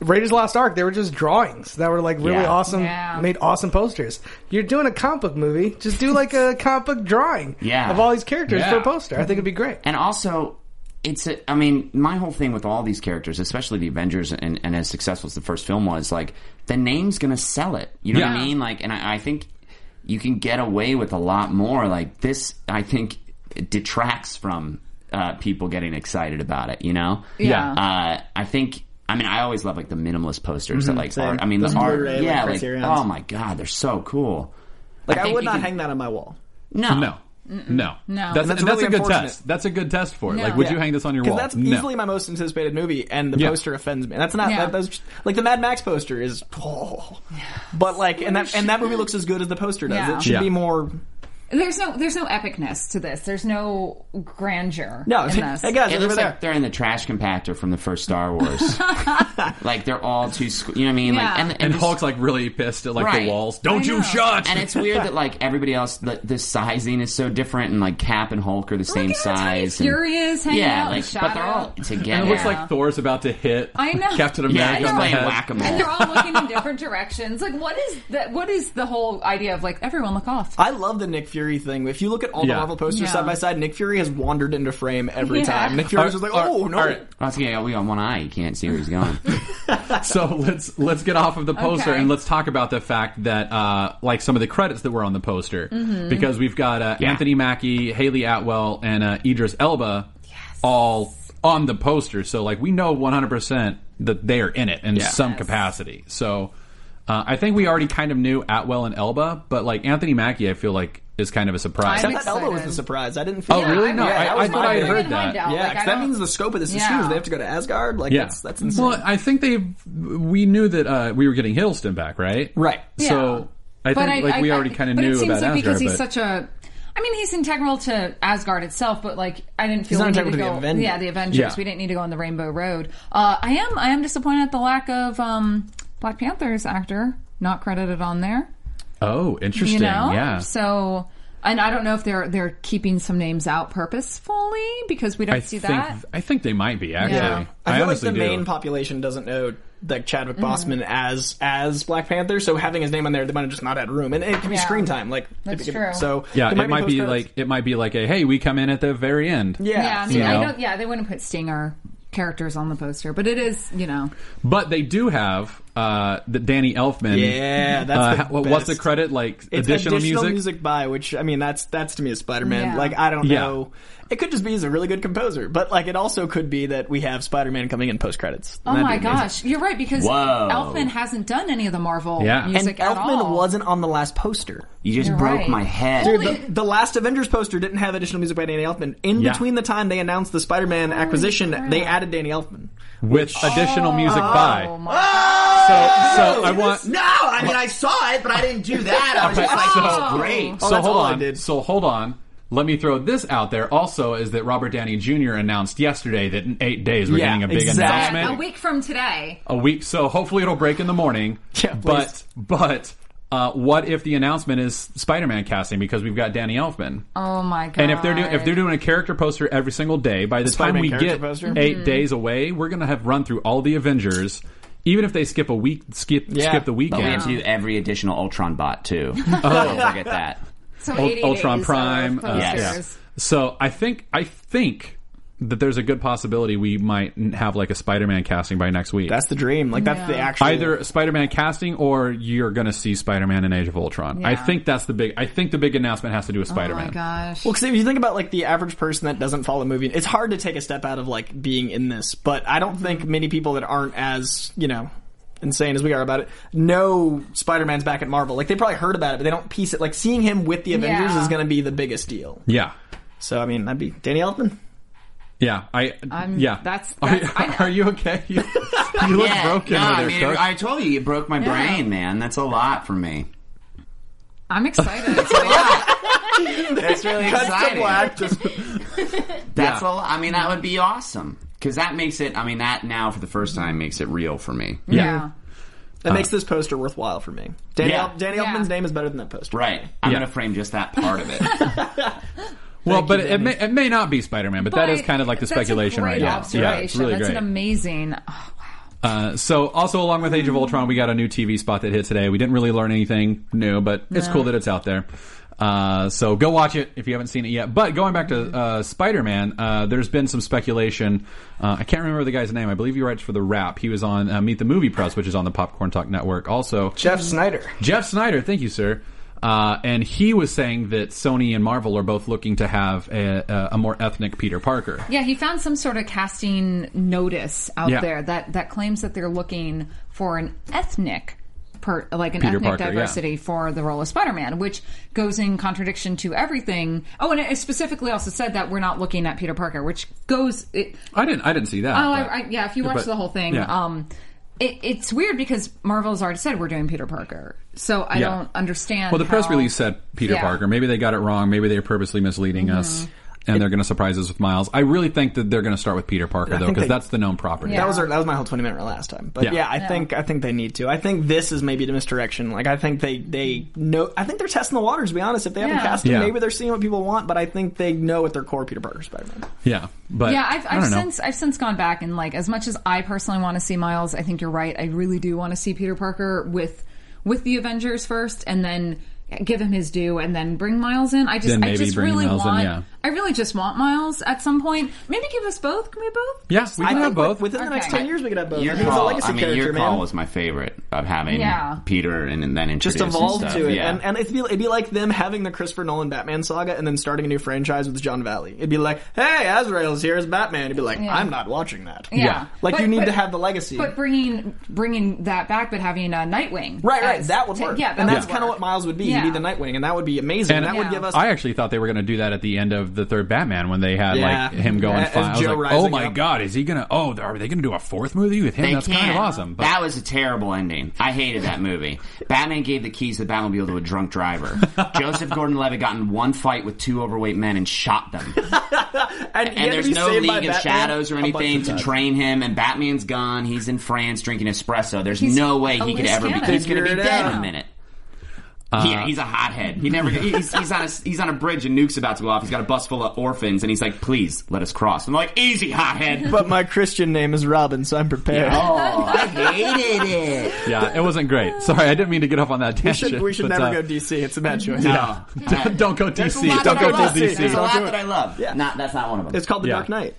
G: Raiders of the Lost Ark, they were just drawings that were like really
D: Yeah.
G: awesome,
C: Yeah.
G: made awesome posters. You're doing a comic book movie, just do like a comic book drawing
D: Yeah.
G: of all these characters
B: Yeah.
G: for a poster. I think it'd be great.
D: And also, it's a, I mean, my whole thing with all these characters, especially the Avengers, and, and as successful as the first film was, like the name's gonna sell it. You know what
B: Yeah.
D: I mean? Like, and I, I think you can get away with a lot more. Like this, I think it detracts from uh, people getting excited about it. You know?
B: Yeah.
D: Uh, I think. I mean, I always love like the minimalist posters that like art. I mean,
E: Those
D: the art,
E: Blu-ray, like,
D: yeah, like,
E: Criterions.
D: oh my god, they're so cool.
E: like I,
D: think
E: would
D: you
E: not
D: can-
E: hang that on my wall
D: No,
B: No. No.
C: No.
B: That's,
C: And
B: and
E: that's
B: that's
E: really
B: a good
E: unfortunate.
B: test. That's a good test for it.
C: No.
B: Like, would
C: Yeah.
B: you hang this on your wall?
E: because that's
B: no.
E: easily my most anticipated movie and the
B: Yeah.
E: poster offends me and that's not
C: Yeah.
E: that, that's like the Mad Max poster is oh. but like and that and that movie looks as good as the poster does
C: Yeah.
E: it should
B: Yeah.
E: be more
C: There's no there's no epicness to this. There's no grandeur.
E: No,
C: in this.
E: hey guys,
D: It
E: over
D: looks
E: there.
D: like they're in the trash compactor from the first Star Wars. like they're all too, squ- you know what I mean?
C: Yeah.
D: Like,
B: And
D: this-
B: Hulk's like really pissed at like
D: Right.
B: the walls. Don't
C: I
B: you
C: know.
B: shut!
D: and it's weird that like everybody else, the, the sizing is so different, and like Cap and Hulk are the same
C: Look at how Tony
D: size. and-
C: Fury is hanging
D: yeah,
C: out. in
D: like
C: the
D: but they're all
C: shadow.
D: together.
B: And it looks
C: Yeah.
B: like Thor's about to hit
C: I know.
B: Captain
D: Yeah,
B: America
D: he's
B: on the
D: playing
B: head.
C: And they're
D: whack-a-mole.
C: all looking in different directions. Like, what is that? What is the whole idea of like everyone look off?
E: I love the Nick Fury thing. If you look at all
B: Yeah.
E: the Marvel posters
C: Yeah.
E: side by side, Nick Fury has wandered into frame every
C: Yeah.
E: time. Nick Fury's just like,
B: All right,
E: oh no,
B: all right.
D: Once again, we on one eye, you can't see where he's going.
B: So let's let's get off of the poster
C: Okay.
B: and let's talk about the fact that uh, like some of the credits that were on the poster because we've got uh,
D: Yeah.
B: Anthony Mackie, Haley Atwell, and uh, Idris Elba all on the poster. So like we know 100 percent that they are in it in some capacity. So uh, I think we already kind of knew Atwell and Elba, but like Anthony Mackie, I feel like is kind of a surprise.
C: I'm
E: I thought Elba was the
C: excited.
E: surprise. I didn't. Feel
B: Oh,
E: that.
B: really?
C: I'm
B: No,
C: not-
B: I-
E: that
B: I
E: was
B: thought
E: my
B: I had
E: thing.
C: didn't
B: heard
C: even
B: that.
C: find out.
E: Yeah,
C: Like,
E: 'cause
C: I
E: that
C: don't-
E: means the scope of this is
C: Yeah.
E: huge. They have to go to Asgard. Like
B: Oh. Yeah,
E: that's that's insane.
B: Well, I think they we knew that uh, we were getting Hiddleston back, right?
E: Right.
B: So I
C: But
B: think like we already
C: I-
B: kind of
C: but
B: knew
C: it seems
B: about
C: like
B: Asgard,
C: because he's
B: but-
C: such a. I mean, he's integral to Asgard itself, but like I didn't feel
E: not
C: we needed
E: integral to the
C: go,
E: Avengers.
C: Yeah, the Avengers.
B: Yeah.
C: We didn't need to go on the Rainbow Road. Uh, I am. I am disappointed at the lack of um, Black Panther's actor not credited on there.
B: oh, interesting.
C: You know,
B: yeah.
C: So. And I don't know if they're they're keeping some names out purposefully because we don't
B: I
C: see
B: think
C: that.
B: I think they might be actually.
C: Yeah.
E: I,
B: I,
E: feel like
B: honestly
E: the
B: do.
E: main population doesn't know that Chadwick
C: Mm-hmm.
E: Boseman as as Black Panther, so having his name on there, they might have just not had room, and it could be
C: Yeah.
E: screen time. Like
C: That's
E: it could-
C: true.
E: So
B: yeah,
E: there
B: it might be
E: post-credits.
B: like it might be like a hey, we come in at the very end.
E: yeah,
C: yeah, I mean,
B: You
C: I
B: know?
C: don't. Yeah, they wouldn't put Stinger characters on the poster, but it is, you know,
B: But they do have uh, the Danny Elfman.
E: yeah. That's
B: Uh,
E: the
B: what- what's the
E: best.
B: credit like?
E: It's
B: additional, music.
E: by which I mean that's that's to me is Spider Man.
C: Yeah.
E: Like I don't
B: Yeah.
E: know, it could just be he's a really good composer, but like it also could be that we have Spider Man coming in post credits.
C: Oh my gosh, you're right because
D: Whoa.
C: Elfman hasn't done any of the Marvel
B: Yeah.
E: And
C: music at
E: Elfman
C: all.
E: wasn't on the last poster.
D: You just
C: You're
D: broke
C: right.
D: my head.
E: Dude, the, the last Avengers poster didn't have additional music by Danny Elfman. In
B: Yeah.
E: between the time they announced the Spider Man acquisition, they added Danny Elfman.
B: with additional music
C: Oh
B: by.
C: my
B: So,
E: Oh,
B: so I want.
D: Oh, No, I mean I saw it, but I didn't do that. I was just like,
B: so-
D: "Oh, great.
B: so
E: that's
B: hold
E: all I
B: on.
E: did.
B: So hold on. Let me throw this out there. Also, is that Robert Downey Jr. announced yesterday that in eight days we're
E: Yeah,
B: getting a big
E: exactly.
C: God. A
B: announcement.
C: week from today,
B: A week. So hopefully it'll break in the morning.
E: Yeah,
B: but but uh, what if the announcement is Spider-Man casting because we've got Danny Elfman?
C: oh my god!
B: and if they're doing if they're doing a character poster every single day, by the
E: Spider-Man
B: time we
E: character
B: get
E: poster?
B: 8 days away, we're gonna have run through all the Avengers. Even if they skip a week, skip
E: Yeah.
B: skip the
D: But
B: weekend.
D: we have to do every additional Ultron bot too. Don't forget that.
C: so
B: Ul-
C: 80
B: Ultron
C: days
B: Prime.
C: of
B: uh,
D: Yes.
B: yeah.
C: posters.
B: So I think I think that there's a good possibility we might n- have like a Spider-Man casting by next week.
E: That's the dream. Like that's the actual.
B: Either Spider-Man casting or you're going to see Spider-Man in Age of Ultron. I
C: Yeah.
B: think that's the big. I think the big announcement has to do with
C: Oh my
B: Spider-Man.
C: gosh!
E: Well, 'cause if you think about like the average person that doesn't follow movie, it's hard to take a step out of like being in this. But I don't think many people that aren't as you know insane as we are about it know Spider-Man's back at Marvel. Like they probably heard about it, but they don't piece it. Like seeing him with the Avengers
C: Yeah.
E: is going to be the biggest deal.
B: Yeah.
E: So I mean, that'd be Danny Elfman.
B: Yeah, I.
C: I'm-
B: yeah,
C: that's-
B: Are
C: that's-
B: you-
C: I know.
B: are, you okay? You, you look broken
D: no,
B: over
D: I
B: there,
D: mean,
B: Coach.
D: I told you, it broke my brain, man. That's a lot for me.
C: I'm excited.
D: That's really
E: That's
D: exciting.
E: the black. Just
D: That's
B: Yeah.
D: a lot. I mean, that would be awesome because that makes it. I mean, that now for the first time makes it real for me.
C: yeah.
E: that makes this poster worthwhile for me. Danny,
D: Yeah.
E: El- Danny
C: Yeah.
E: Elfman's name is better than that poster.
D: Right. I'm
B: Yeah.
D: gonna frame just that part of it.
B: well, but it, it may it may not be Spider-Man, but, that is
C: But
B: kind of like the
C: that's a
B: speculation
C: great
B: right now.
C: Observation.
B: Yeah, it's really
C: That's
B: great.
C: an amazing. oh,
B: Uh, so, also along with Age of Ultron, we got a new TV spot that hit today. We didn't really learn anything new, but it's cool that it's out there. Uh, so go watch it if you haven't seen it yet. But going back to uh, Spider-Man, uh, there's been some speculation. Uh, I can't remember the guy's name. I believe he writes for the Rap. He was on uh, Meet the Movie Press, which is on the Popcorn Talk Network. Also,
E: Jeff Snyder.
B: Jeff Snyder, thank you, sir. Uh, and he was saying that Sony and Marvel are both looking to have a, a, a more ethnic Peter Parker.
C: Yeah, he found some sort of casting notice out
B: Yeah.
C: there that that claims that they're looking for an ethnic. Per, like an
B: Peter
C: ethnic
B: Parker, yeah.
C: diversity for the role of Spider-Man, which goes in contradiction to everything. Oh, and it specifically also said that we're not looking at Peter Parker, which goes. It,
B: I didn't. I didn't see that.
C: oh,
B: but-
C: I, I, yeah. If you watch
B: but-
C: the whole thing,
B: yeah.
C: um, it, it's weird because Marvel has already said we're doing Peter Parker, so I
B: Yeah.
C: don't understand.
B: Well, the press
C: how-
B: release said Peter
C: Yeah.
B: Parker. Maybe they got it wrong. Maybe they're purposely misleading us, and they're going to surprise us with Miles. I really think that they're going to start with Peter Parker though,
E: think
B: because
E: they-
B: that's the known property.
E: That was our, that was my whole twenty minute rant last time. But
B: Yeah.
E: yeah, I think I think they need to. I think this is maybe the misdirection. Like I think they they know. I think they're testing the waters. To be honest, if they haven't
C: Yeah.
E: cast him,
B: Yeah.
E: maybe they're seeing what people want. But I think they know what their core Peter Parker Spider Man.
B: Yeah, but
C: Yeah, I've,
B: I have
C: I've
B: do not know.
C: since I've since gone back and like as much as I personally want to see Miles, I think you're right. I really do want to see Peter Parker with with the Avengers first, and then give him his due, and then bring Miles in. I just
B: Then
C: I
B: maybe
C: just
B: bring
C: really
B: Miles in,
C: want
B: yeah.
C: I really just want Miles at some point. Maybe give us both. Can we both?
B: yeah, we can
E: I think
B: have both.
E: within the next
C: Okay.
E: ten years we could have both.
D: Your
E: I think it's a
D: call,
E: legacy
D: I mean,
E: character,
D: your
E: man.
D: call was my favorite of having
C: Yeah.
D: Peter and, and then introduce
E: just
D: and
E: evolve
D: stuff.
E: to it,
D: Yeah.
E: and, and it'd be it'd be like them having the Christopher Nolan Batman saga, and then starting a new franchise with John Valley. It'd be like, hey, Azrael's here as Batman. It'd be like, I'm not watching that.
B: Yeah.
E: like
C: But-
E: you need
C: but-
E: to have the legacy.
C: But bringing bringing that back, but having a Nightwing.
E: Right, right.
C: as-
E: That would work.
C: Yeah,
E: and
C: that
E: that's
C: would
E: kind of
C: work.
E: what Miles would be.
C: Yeah.
E: He'd be the Nightwing, and that would be amazing. And,
B: And
E: that would give us.
B: I actually thought they were going to do that at the end of the third Batman when they had
E: Yeah.
B: like him going.
E: As
B: fi- I was
E: Joe
B: like, oh
E: rising
B: my
E: up.
B: god, is he going to? Oh, are they going to do a fourth movie with him?
D: They
B: That's
D: can't.
B: kind of awesome. But
D: that was a terrible ending. I hated that movie. Batman gave the keys to the Batmobile to a drunk driver. Joseph Gordon-Levitt got in one fight with two overweight men and shot them.
E: and, he had
D: and
E: to
D: there's
E: be
D: no
E: saved by
D: League of
E: Batman
D: Shadows or
E: a bunch
D: anything
E: of
D: to
E: times.
D: train him. And Batman's gone. He's in France drinking espresso. There's no way he could
C: Elise
D: ever. be
C: Cannon.
D: He's going to be
E: Figure it
D: dead in a
E: out.
D: minute. yeah, he's a hothead. He never. He's, he's on a he's on a bridge and nukes about to go off. He's got a bus full of orphans and he's like, "Please let us cross." I'm like, "Easy, hothead."
E: But my Christian name is Robin, so I'm prepared.
D: oh, I hated it.
B: yeah, it wasn't great. Sorry, I didn't mean to get off on that
E: We
B: tangent.
E: should, we should
B: but,
E: never
B: uh,
E: go DC. It's a bad choice.
D: No.
B: Don't- don't go
D: There's a
B: DC.
D: lot
B: Don't
D: that
B: go
D: I love.
B: DC.
D: There's a
E: Don't
D: lot
E: do it.
D: that I love.
E: Yeah.
D: Not that's not one of them.
E: It's called The
B: Yeah.
E: Dark Knight.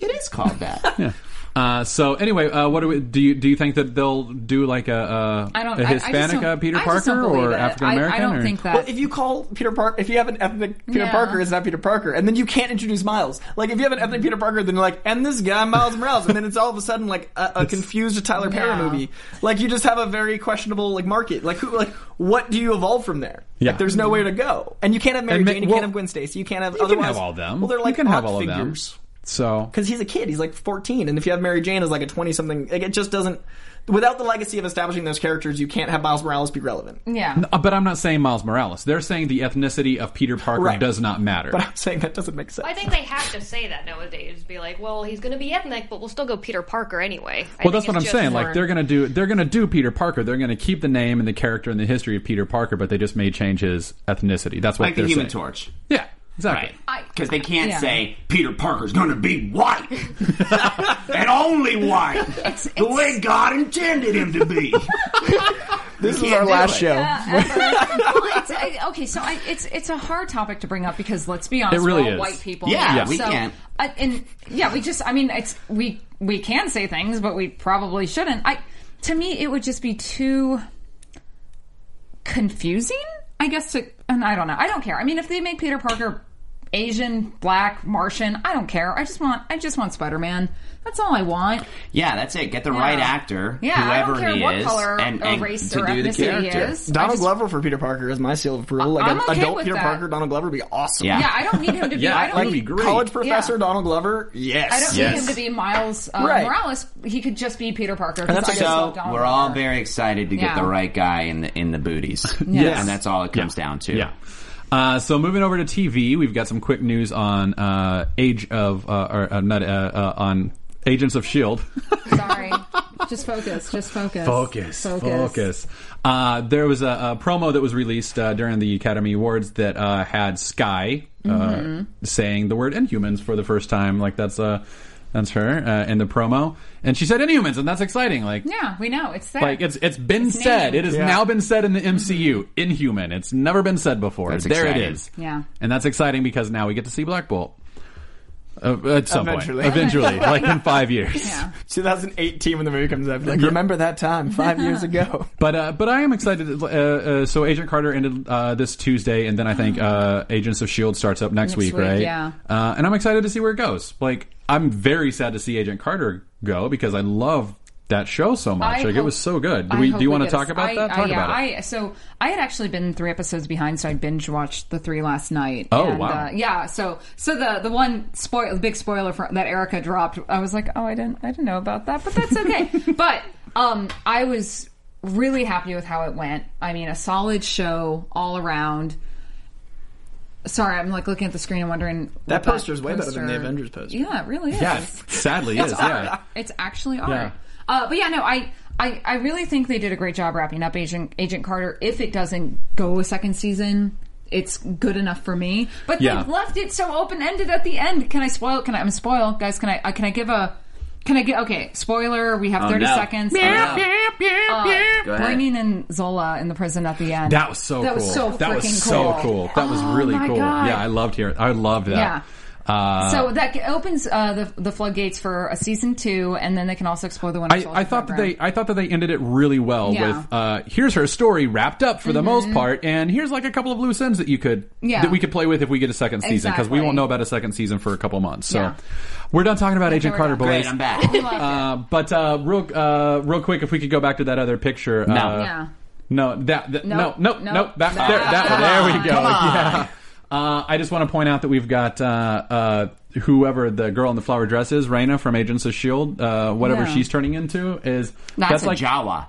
D: it is called that.
B: Uh, so anyway, uh, what do, we, do you do you think that they'll do like a, a,
C: I don't.
B: a
C: I- I just
B: Hispanic
C: don't-
B: uh, Peter
C: I just don't
B: Parker
C: believe
B: or
C: it. I-
B: African American?
C: I, don't
B: or-
C: think that.
E: Well, if you call Peter Parker, if you have an ethnic Peter
C: Yeah.
E: Parker, it's not Peter Parker, and then you can't introduce Miles. Like if you have an ethnic Peter Parker, then you're like, and this guy Miles Morales, and then it's all of a sudden like a, a confused Tyler Perry
C: Yeah.
E: movie. Like you just have a very questionable like market. Like who? Like what do you evolve from there?
B: Yeah.
E: Like there's nowhere to go, and you can't have Mary
B: And ma-
E: Jane, you
B: well,
E: can't have Gwen Stacy, you can't have
B: you can
E: otherwise.
B: have all them.
E: Well, they're like
B: you can have
E: aunt
B: all of them.
E: figures.
B: So
E: Because he's a kid, he's like 14, and if you have Mary Jane as like a 20 something, like it just doesn't. Without the legacy of establishing those characters, you can't have Miles Morales be relevant.
C: yeah.
B: Uh, But I'm not saying Miles Morales. They're saying the ethnicity of Peter Parker
E: Right.
B: does not matter.
E: But I'm saying that doesn't make sense.
F: I think they have to say that nowadays. Be like, well, he's going to be ethnic, but we'll still go Peter Parker anyway. I
B: well, that's
F: think
B: what I'm
F: it's
B: saying.
F: just-
B: Like they're gonna do they're gonna do Peter Parker. They're gonna keep the name and the character and the history of Peter Parker, but they just may change his ethnicity. That's what
D: Like the
B: they're
D: Human
B: saying.
D: Torch.
B: Yeah, exactly.
D: Right.
C: I-
D: Because they can't
C: Yeah.
D: say Peter Parker's going to be white and only white, the way God intended him to be.
E: this is
D: can't
E: our
D: do
E: last
D: it.
E: show.
C: well, it's, I, okay, so I, it's it's a hard topic to bring up because let's be honest,
B: It really
C: we're all
B: is.
C: white people.
D: Yeah, Yeah. we
C: so,
D: can't.
C: I, and yeah, we just. I mean, it's we we can say things, but we probably shouldn't. I to me, it would just be too confusing. I guess to and I don't know. I don't care. I mean, if they make Peter Parker Asian, black, Martian, I don't care. I just want I just want Spider Man. That's all I want.
D: Yeah, that's it. Get the right actor,
C: Yeah, I
D: whoever
C: don't care
D: he
C: what
D: is,
C: color
D: and,
C: or
D: and
C: race
D: to
C: or
D: do the
C: ethnicity he
D: character.
C: is. I
E: Donald
C: just-
E: Glover for Peter Parker is my seal of approval. Like
C: I'm
E: an
C: okay
E: adult
C: with
E: Peter
C: that.
E: Parker, Donald Glover would be awesome.
D: Yeah.
C: Yeah, I don't need him to be.
B: Yeah,
C: I don't
B: that'd
E: like
B: be
C: need
B: great.
E: college professor
C: Yeah.
E: Donald Glover. Yes,
C: I don't
D: Yes.
C: need him to be Miles uh,
E: Right.
C: Morales. He could just be Peter Parker.
E: that's
C: because I
E: okay.
C: just
D: So
C: love Donald
D: we're all
C: Glover.
D: very excited to get
C: Yeah.
D: the right guy in the in the booties.
E: Yes.
D: and that's all it comes
B: Yeah.
D: down to.
B: Yeah. Uh, so moving over to TV, we've got some quick news on uh, Age of uh, or uh, not uh, uh, on Agents of Shield.
C: Sorry, just focus. Just focus.
B: focus. Uh, there was a, a promo that was released uh, during the Academy Awards that uh, had Sky uh, saying the word "Inhumans" for the first time. Like that's uh, that's her uh, in the promo, and she said "Inhumans," and that's exciting. Like
C: Yeah, we know it's there.
B: like it's it's been
C: It's
B: said. It
C: named.
B: has now been said in the MCU. Inhuman. It's never been said before.
D: That's
B: there it
D: exciting.
B: is.
C: Yeah.
B: And that's exciting because now we get to see Black Bolt. Uh, at some
E: Eventually.
B: point, eventually, like in five years.
C: yeah.
E: 2018 when the movie comes out. Like, remember that time five years ago?
B: But uh, but I am excited. Uh, uh, so Agent Carter ended uh, this Tuesday, and then I think uh, Agents of Shield starts up next,
C: Uh-huh. Next
B: week,
C: week,
B: right?
C: yeah.
B: Uh, and I'm excited to see where it goes. Like I'm very sad to see Agent Carter go because I love that show so much.
C: I
B: like it
C: hope-
B: was so good. Do
C: I
B: we
C: hope
B: do you want to
C: get
B: talk
C: us-
B: about
C: I-
B: that?
C: I-
B: Talk
C: yeah,
B: about it.
C: I, so I had actually been three episodes behind, so I binge watched the three last night.
B: Oh,
C: and,
B: wow.
C: Uh, yeah. So so the the one spoil big spoiler for, that Erica dropped. I was like, oh, I didn't I didn't know about that, but that's okay. but um, I was really happy with how it went. I mean, a solid show all around. Sorry, I'm like looking at the screen and wondering
E: That
C: what
E: poster's way better than the
C: poster-
E: Avengers poster.
C: Yeah, it really is.
B: yeah, sadly is. Yeah.
C: It's actually art.
B: Yeah.
C: Uh, but yeah, no, I, I, I really think they did a great job wrapping up Agent Agent Carter. If it doesn't go a second season, it's good enough for me. But
B: Yeah.
C: they left it so open ended at the end. Can I spoil? Can I? I'm spoil, guys. Can I? uh, Can I give a? Can I get okay? Spoiler. We have
B: Oh,
C: thirty
D: no.
C: seconds.
D: Yeah,
C: Uh,
D: Go ahead.
C: bringing in Zola in the prison at the end.
B: That was so
C: That
B: cool.
C: was so
B: that was
C: freaking
B: so
C: cool.
B: cool. That was
C: Oh
B: really
C: my
B: cool.
C: God.
B: Yeah, I loved hearing. I loved
C: Yeah.
B: that. Uh,
C: so that opens uh, the the floodgates for a season two, and then they can also explore the one.
B: I, I thought that they I thought that they ended it really well
C: Yeah. Mm-hmm.
B: with uh, here's her story wrapped up for the most part, and here's like a couple of loose ends that you could
C: Yeah.
B: that we could play with if we get a second season because we
C: Exactly.
B: won't know about a second season for a couple months. So
C: Yeah.
B: we're done talking about Agent
C: we're
B: Carter.
C: done.
B: Blaze.
D: Great, I'm back.
B: Uh, but uh, real uh, real quick, if we could go back to that other picture. No. Uh,
C: Yeah.
B: No, that, that no,
C: Nope.
B: no, no,
C: Nope.
B: back
C: Nah.
B: there, that,
C: Come
B: there
C: on.
B: we go.
D: Come on.
B: Yeah. Uh, I just want to point out that we've got uh, uh, whoever the girl in the flower dress is, Raina from Agents of Shield. Uh, whatever
C: Yeah.
B: she's turning into is
D: It's
C: That's a
D: like
B: like
D: Jawa.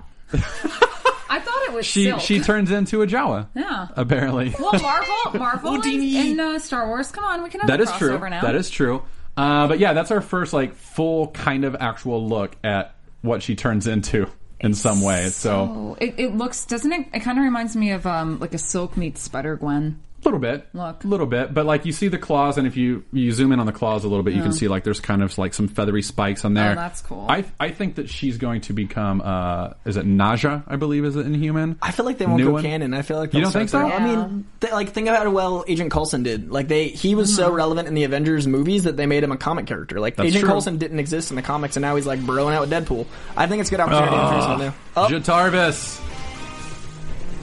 C: I thought it was
B: she
C: Silk.
B: she turns into a Jawa.
C: Yeah.
B: apparently.
C: Well, Marvel, Marvel, and, and uh, Star Wars. Come on, we can have
B: that
C: a
B: is true.
C: crossover now.
B: That is true. Uh, but yeah, that's our first like full kind of actual look at what she turns into in some way. So.
C: Oh, it, it looks doesn't it? It kind of reminds me of um like a Silk meets Spider Gwen.
B: little bit
C: Look.
B: a little bit but like you see the claws and if you you zoom in on the claws a little bit you can see like there's kind of like some feathery spikes on there
C: Oh, that's cool.
B: i i think that she's going to become uh is it naja i believe is it inhuman
E: I feel like they won't
B: New
E: go
B: one?
E: canon. I feel like
B: You
E: they'll
B: don't think
E: start
B: so?
E: there. I mean, th- like think about how well Agent Coulson did. Like they, he was so Mm-hmm. relevant in the Avengers movies that they made him a comic character. Like
B: That's
E: Agent
B: true.
E: Coulson didn't exist in the comics, and now he's like broing out with Deadpool. I think it's a good
B: Uh,
E: opportunity for someone to. Oh,
B: jatarvis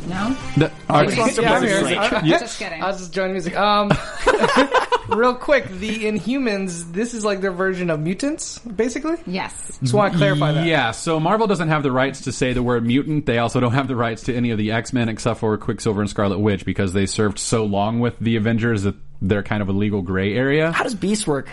C: No,
B: The- are-
G: Yeah, I'm here.
D: Like-
G: I'm-
C: just kidding.
G: I was just joining music. Um, real quick, the Inhumans. This is like their version of mutants, basically.
C: yes,
G: Just want to clarify that.
B: Yeah, so Marvel doesn't have the rights to say the word mutant. They also don't have the rights to any of the X Men except for Quicksilver and Scarlet Witch because they served so long with the Avengers that they're kind of a legal gray area.
E: how does Beast work?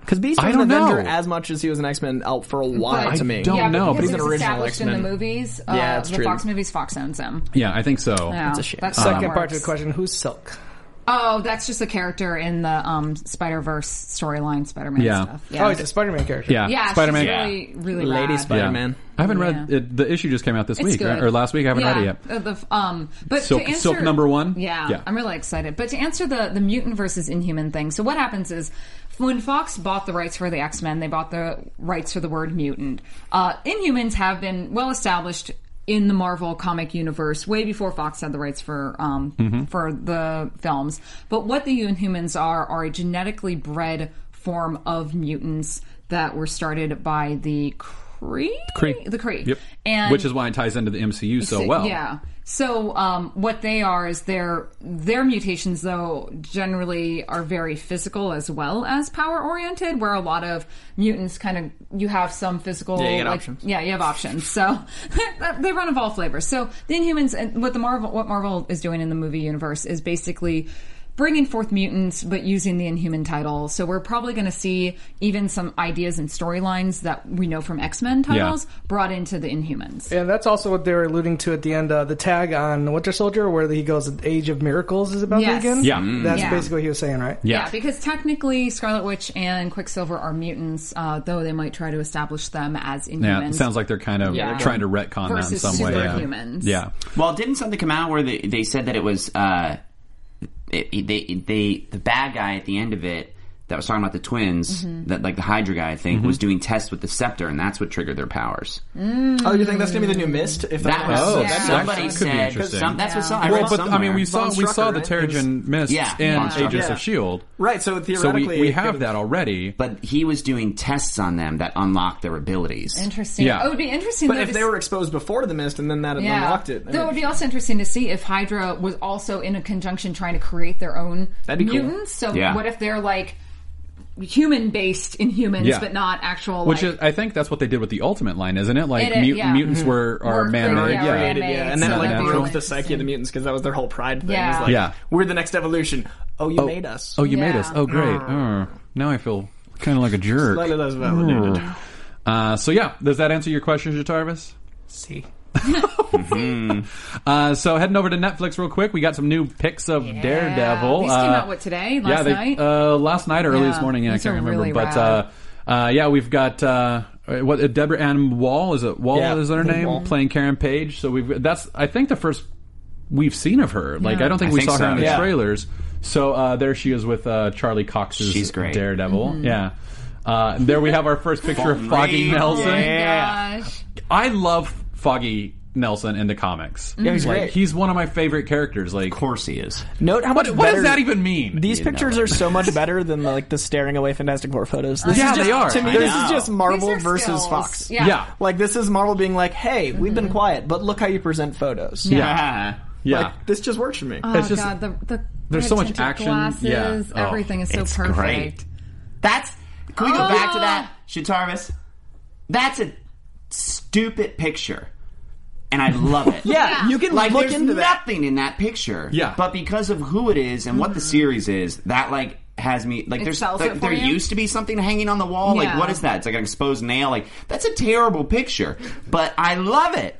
E: Because Beast
B: I
E: was
B: don't
E: an
B: know.
E: Avenger as much as he was an X Men out for a while
C: But-
E: to me.
B: don't
C: yeah,
B: know, but he's
C: because it
B: an
C: was
E: original
C: established in
E: X-Men.
C: the movies. Uh,
E: Yeah, it's
C: the
E: true.
C: Fox movies, Fox owns them.
B: Yeah, I think so.
C: Yeah,
E: That's a shame.
B: Uh,
C: that's how
G: Second
C: it
G: part to
C: works.
G: the question: Who's Silk?
C: Oh, that's just a character in the um, Spider Verse storyline, Spider Man
B: Yeah.
C: stuff. Yeah,
G: Oh, he's a Spider-Man character.
B: Yeah,
C: yeah,
B: Spider Man.
C: she's really, really
E: Lady
C: rad.
B: Yeah.
E: Spider-Man.
B: I haven't read
C: Yeah.
B: it, the issue. Just came out this
C: It's
B: week
C: good.
B: right? or last week. I haven't
C: yeah.
B: read it yet.
C: Uh, The, f- um, but
B: Silk-
C: to answer,
B: Silk number one?
C: Yeah,
B: Yeah.
C: I'm really excited. But to answer the the mutant versus inhuman thing, so what happens is when Fox bought the rights for the X Men, they bought the rights for the word mutant. Uh, inhumans have been well established. In the Marvel comic universe, way before Fox had the rights for um,
B: Mm-hmm.
C: for the films, but what the Inhumans are are a genetically bred form of mutants that were started by the Kree,
B: Kree.
C: the Kree,
B: Yep.
C: and
B: Which is why it ties into the MCU so
C: so-
B: well.
C: Yeah. So um, what they are is their their mutations though generally are very physical as well as power oriented. Where a lot of mutants kind of you have some physical.
E: Yeah, you got
C: like-
E: options.
C: Yeah, you have options. So they run of all flavors. So the Inhumans and what the Marvel what Marvel is doing in the movie universe is basically. Bringing forth mutants, but using the Inhuman title, so we're probably going to see even some ideas and storylines that we know from X Men titles brought into the Inhumans.
G: And that's also what they were alluding to at the end, uh, the tag on Winter Soldier, where he goes, "Age of Miracles" is about to
C: Yes.
G: begin.
B: Yeah. Mm.
G: that's
C: Yeah.
G: basically what he was saying, right?
B: Yeah.
C: Yeah, because technically Scarlet Witch and Quicksilver are mutants, uh, though they might try to establish them as
B: Yeah,
C: inhumans.
B: it sounds like they're kind of
C: Yeah.
B: trying to retcon
C: Versus
B: that in some way. Yeah.
C: superhumans.
B: yeah.
D: Well, didn't something come out where they, they said that it was uh, it, they they the bad guy at the end of it that was talking about the twins that like the Hydra guy I think was
B: Mm-hmm.
D: doing tests with the scepter and that's what triggered their powers.
E: Oh, you think that's gonna be the new Mist? If
D: That was
B: Oh,
C: Yeah.
D: somebody
B: that could be
D: said
B: interesting.
D: some, that's what some, I
B: Well,
D: read
B: but I mean,
D: somewhere.
B: we saw
E: Von
B: we saw
E: Strucker,
B: the
E: right?
B: Terrigen mist
D: Yeah,
B: and
D: Von Strucker.
B: Agents
E: Yeah.
B: of Shield.
E: right. So
B: E So
E: theoretically,
B: we, we have
E: if-
B: that already.
D: but he was doing tests on them that unlocked their abilities.
C: interesting.
B: Yeah.
C: It would be interesting.
E: But
C: though,
E: if
C: to
E: they
C: s-
E: were exposed before the Mist and then that had
C: yeah.
E: unlocked it,
C: Though
E: I
C: it
E: mean-
C: would be also interesting to see if Hydra was also in a conjunction trying to create their own
E: That'd be cool.
C: mutants. So
D: Yeah.
C: what if they're like human based in humans,
B: Yeah.
C: but not actual.
B: Which
C: like,
B: is, I think that's what they did with the Ultimate line, isn't it? Like
C: It is,
B: mut-
C: yeah.
E: Mm-hmm.
B: mutants were are
C: Were
B: man made.
C: created,
B: Yeah,
C: yeah.
E: created, yeah, and that
B: It's
E: like
B: not
E: broke
B: natural.
E: the psyche of the mutants because that was their whole pride thing. It was
C: Yeah.
E: like,
B: Yeah.
E: we're the next evolution. Oh, you made us.
B: Oh, you made
C: Yeah. Mm.
B: us. Oh, great. Oh, now I feel kind of like a jerk.
E: Let us validated.
B: Uh, so yeah, does that answer your question, Jatarvis?
E: See,
B: Uh, so heading over to Netflix real quick, we got some new pics of Daredevil. Uh,
C: These came out, what, today? Last
B: yeah, they,
C: night?
B: Uh, last night or early
C: Yeah,
B: this morning. Yeah, I
C: these
B: can't
C: are
B: remember.
C: really
B: but uh,
C: rad.
B: uh, yeah, we've got uh, what uh, Deborah Ann Wall is it Wall
E: Yeah,
B: is her
E: I think
B: name
E: Wall.
B: playing Karen Page. So we've that's I think the first we've seen of her. Like I don't think
D: I
B: we
D: think
B: saw
D: so.
B: her in the
E: Yeah.
B: trailers. So uh, there she is with uh, Charlie Cox's
D: She's great.
B: Daredevil.
C: Mm-hmm.
B: Yeah. Uh, and there we have our first picture of Foggy Nelson.
C: yeah. oh Gosh.
B: I love Foggy Nelson in the comics. Yeah,
E: he's
B: like,
E: great.
B: He's one of my favorite characters. Like,
D: Of course he is.
E: note how much.
B: what, what
E: better-
B: does that even mean?
E: These
D: You know
E: pictures
D: it.
E: are so much better than like the staring away Fantastic Four photos. This
B: Yeah,
E: is just,
B: they are.
E: To me,
B: I
E: this
D: know.
E: is just
C: These
E: Marvel
C: are
E: versus
C: skills.
E: Fox.
C: Yeah.
B: yeah,
E: Like this is Marvel being like, "Hey, we've been quiet, but look how you present photos." Yeah,
D: Yeah.
B: yeah.
E: like, this just works for me.
C: Oh
B: It's just-
C: God, the, the
B: there's
C: red
B: so much
C: tinted
B: action.
C: Glasses,
B: Yeah. Oh,
C: everything is so
D: it's
C: perfect.
D: great. That's. Can we go
C: Oh.
D: back to that, Shitarvis? That's a stupid picture, and I love it.
E: yeah, you can
D: Like
E: look
D: there's
E: into that.
D: nothing in that picture.
B: Yeah.
D: But because of who it is and what the series is, that like has me like
C: It
D: there's
C: sells
D: like,
C: it for
D: there
C: you?
D: used to be something hanging on the wall. Like
C: Yeah.
D: what is that? It's like an exposed nail. Like that's a terrible picture, but I love it.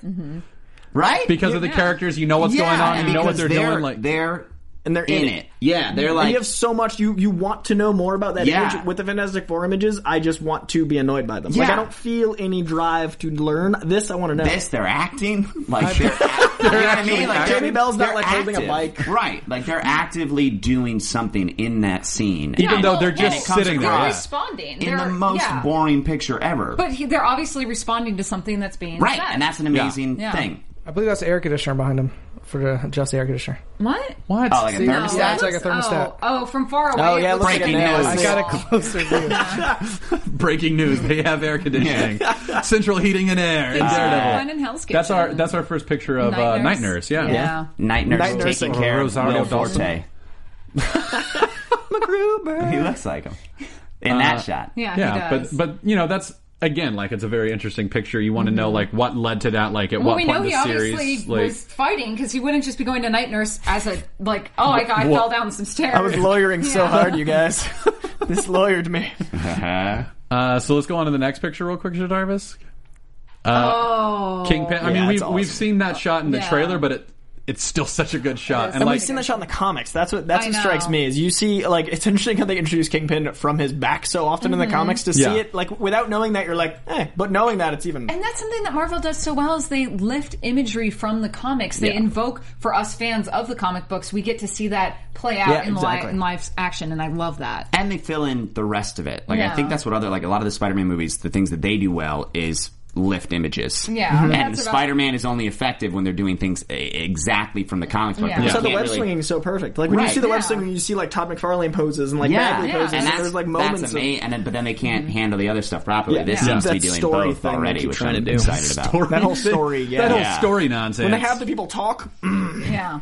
D: Right?
B: because of the characters, you know what's
D: Yeah,
B: going on,
D: and
B: you know what
D: because
B: they're, doing. Like,
D: they're
E: And they're
D: in
E: in
D: it.
E: it.
D: Yeah, they're like
E: you have so much you you want to know more about that
D: Yeah.
E: image with the Fantastic Four images. I just want to be annoyed by them. Like
D: Yeah.
E: I don't feel any drive to learn this. I want to know.
D: this. They're acting like they're, you know what I mean. Like
E: Jamie Bell's not,
D: they're
E: like, holding a
D: active.
E: bike.
D: right? Like they're actively doing something in that scene,
B: Even though they're
C: well,
B: just
C: and it
D: comes
B: sitting there.
C: They're
B: yeah.
C: responding.
D: in
C: they're,
D: the most
C: yeah.
D: boring picture ever.
C: But he, they're obviously responding to something that's being
D: right,
C: said.
D: and that's an amazing
C: Yeah.
D: thing.
G: I believe that's the air conditioner behind him for the just the air conditioner.
C: what.
B: What?
D: Oh, like a
C: No,
D: thermostat.
G: Yeah, it's
C: it
G: like a
C: looks-
G: thermostat.
C: Oh, oh, from far away.
E: Oh, yeah, it looks like
D: Breaking
E: a nail.
D: news.
G: I got a closer view.
B: Breaking news: They have air conditioning, central heating and air. in
C: Things are
B: Daredevil.
C: going on in Hell's
B: That's our
C: Kitchen.
B: that's our first picture of
C: Night
B: uh,
C: Nurse.
B: Night Nurse. Yeah.
C: Yeah.
D: Night nurse
E: Night nurse
D: taking
E: and
D: care of
B: Rosario
D: Will
B: Dawson.
D: Forte. He looks like him in that
B: Uh,
D: shot.
C: Yeah,
B: yeah.
C: he does.
B: But but you know that's again like it's a very interesting picture. You want to know like what led to that? Like at
C: well,
B: what
C: we
B: point
C: know
B: in
C: he
B: the series?
C: obviously
B: like,
C: was fighting because he wouldn't just be going to night nurse as a like. Oh, I, got, I
B: Well,
C: fell down some stairs.
E: I was lawyering so
C: Yeah.
E: hard, you guys. this lawyered me.
D: Uh-huh.
B: Uh, so let's go on to the next picture real quick, Jadarvis. Uh,
C: Oh,
B: Kingpin. I
E: Yeah,
B: mean,
E: it's
B: we've
E: awesome.
B: we've seen that shot in the
C: Yeah.
B: trailer, but it it's still such a good shot. And
E: And
B: like,
E: we've seen that shot in the comics. That's what that's
C: I
E: what
C: know.
E: strikes me is you see like it's interesting how they introduce Kingpin from his back so often in the comics to
B: Yeah.
E: see it like without knowing that you're like, eh, but knowing that it's even
C: And that's something that Marvel does so well is they lift imagery from the comics. They
E: Yeah.
C: invoke for us fans of the comic books. We get to see that play out
E: Yeah,
C: in,
E: exactly.
C: live, in live action, and I love that.
D: and they fill in the rest of it. Like I
C: Yeah.
D: think that's what other like a lot of the Spider-Man movies, the things that they do well is lift images.
C: Yeah, Mhm. that's
D: and
C: about-
D: Spider-Man is only effective when they're doing things e- exactly from the comics book.
C: Yeah.
D: because
E: So
D: you
E: the
D: can't
E: web
D: really-
E: swinging is so perfect. Like when
D: Right.
E: you see the web
C: Yeah.
E: swinging, you see like Todd McFarlane poses and like
D: Yeah,
E: Bagley
C: Yeah.
E: poses.
D: and
E: And,
D: that's
E: there's like moments.
D: that's
E: of-
D: amazing. And then, but then they can't
C: Mm-hmm.
D: handle the other stuff properly.
E: Yeah.
D: This
E: Yeah.
D: seems to be
E: That
D: doing
E: story
D: both
E: thing they
D: already,
E: keep
D: which
E: trying
D: I'm
E: to do.
D: excited about.
B: story-
E: That whole story, yeah.
B: that whole
D: Yeah.
B: story nonsense.
E: when they have the Mm-hmm. people talk,
C: Yeah.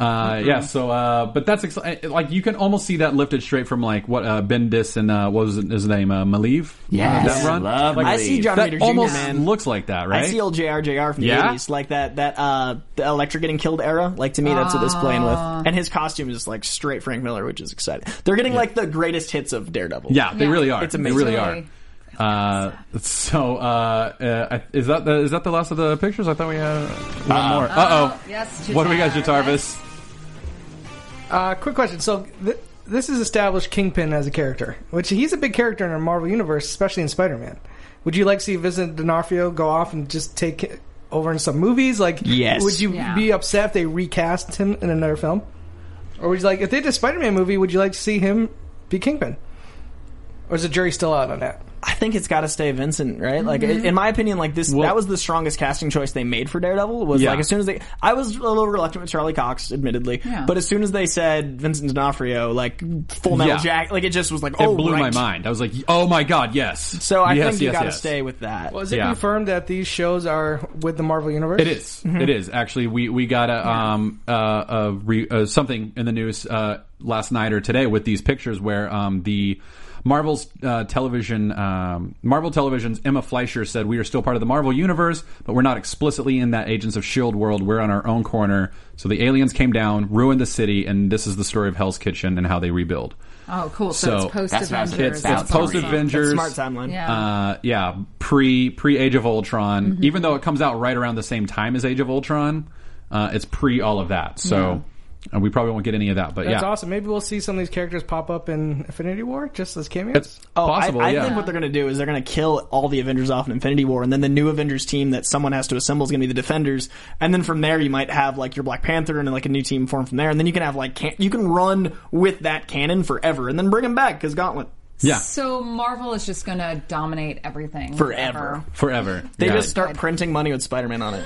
B: Uh, yeah, so uh, but that's ex- like you can almost see that lifted straight from like what uh, Bendis and uh, what was his name uh, Maliv.
D: Yes.
B: that run.
D: Love
B: like,
E: I see John
B: that
E: Reader Jr.
B: almost
E: man.
B: looks like that, right?
E: I see old JRJR from the
B: Yeah?
E: 80s, like that that uh, the Electra getting killed era. Like to me, that's what it's playing with. And his costume is like straight Frank Miller, which is exciting. They're getting like the greatest hits of Daredevil.
B: yeah, they
C: Yeah.
B: really are.
E: It's amazing.
B: They really are. Uh, so uh, uh, is that the, is that the last of the pictures? I thought we had one more. Uh oh.
C: Yes.
B: What do we got,
C: Jatarvis?
B: Jatarvis?
G: Uh, quick question. So th- this has established Kingpin as a character, which he's a big character in our Marvel universe, especially in Spider-Man. Would you like to see Vincent D'Onofrio go off and just take it over in some movies? Like,
E: Yes.
G: Would you
C: Yeah.
G: be upset if they recast him in another film? Or would you like if they did a Spider-Man movie? Would you like to see him be Kingpin? Or is the jury still out on that?
E: I think it's got to stay Vincent, right? Like, in my opinion, like this, that was the strongest casting choice they made for Daredevil. Was
B: Yeah.
E: like as soon as they, I was a little reluctant with Charlie Cox, admittedly,
C: Yeah.
E: but as soon as they said Vincent D'Onofrio, like Full Metal
B: Yeah.
E: Jack, like it just was like,
B: It
E: oh,
B: blew
E: right.
B: my mind. I was like, oh my god, yes.
E: So I
B: yes,
E: think you
B: yes,
E: got to
B: yes.
E: stay with that.
G: Was it
B: Yeah.
G: confirmed that these shows are with the Marvel universe?
B: It is.
C: Mm-hmm.
B: It is actually. We we got a um uh, a re, uh something in the news uh last night or today with these pictures where um the Marvel's uh, television, um, Marvel Television's Emma Fleischer said, "We are still part of the Marvel universe, but we're not explicitly in that Agents of Shield E world. We're on our own corner. So the aliens came down, ruined the city, and this is the story of Hell's Kitchen and how they rebuild."
C: Oh, cool. So,
B: So-
C: it's post
D: That's what I was-
C: Avengers.
D: it's-
B: It's
D: That's
B: post
D: awesome.
B: Avengers,
E: Smart timeline.
C: Yeah.
B: uh, yeah, pre pre Age of Ultron.
C: Mm-hmm.
B: Even though it comes out right around the same time as Age of Ultron, uh, it's pre all of that. So uh, we probably won't get any of that. But
G: That's
B: yeah,
G: awesome. Maybe we'll see some of these characters pop up in Infinity War just as cameos.
B: it's possible.
E: Oh, I, I
B: yeah,
E: think what they're going to do is they're going to kill all the Avengers off in Infinity War, and then the new Avengers team that someone has to assemble is going to be the Defenders, and then from there you might have like your Black Panther and then, like a new team formed from there, and then you can have like can- you can run with that canon forever, and then bring them back because Gauntlet
B: yeah,
C: so Marvel is just going to dominate everything
E: Forever.
B: forever.
E: they
B: Yeah.
E: just start printing money with Spider Man on it.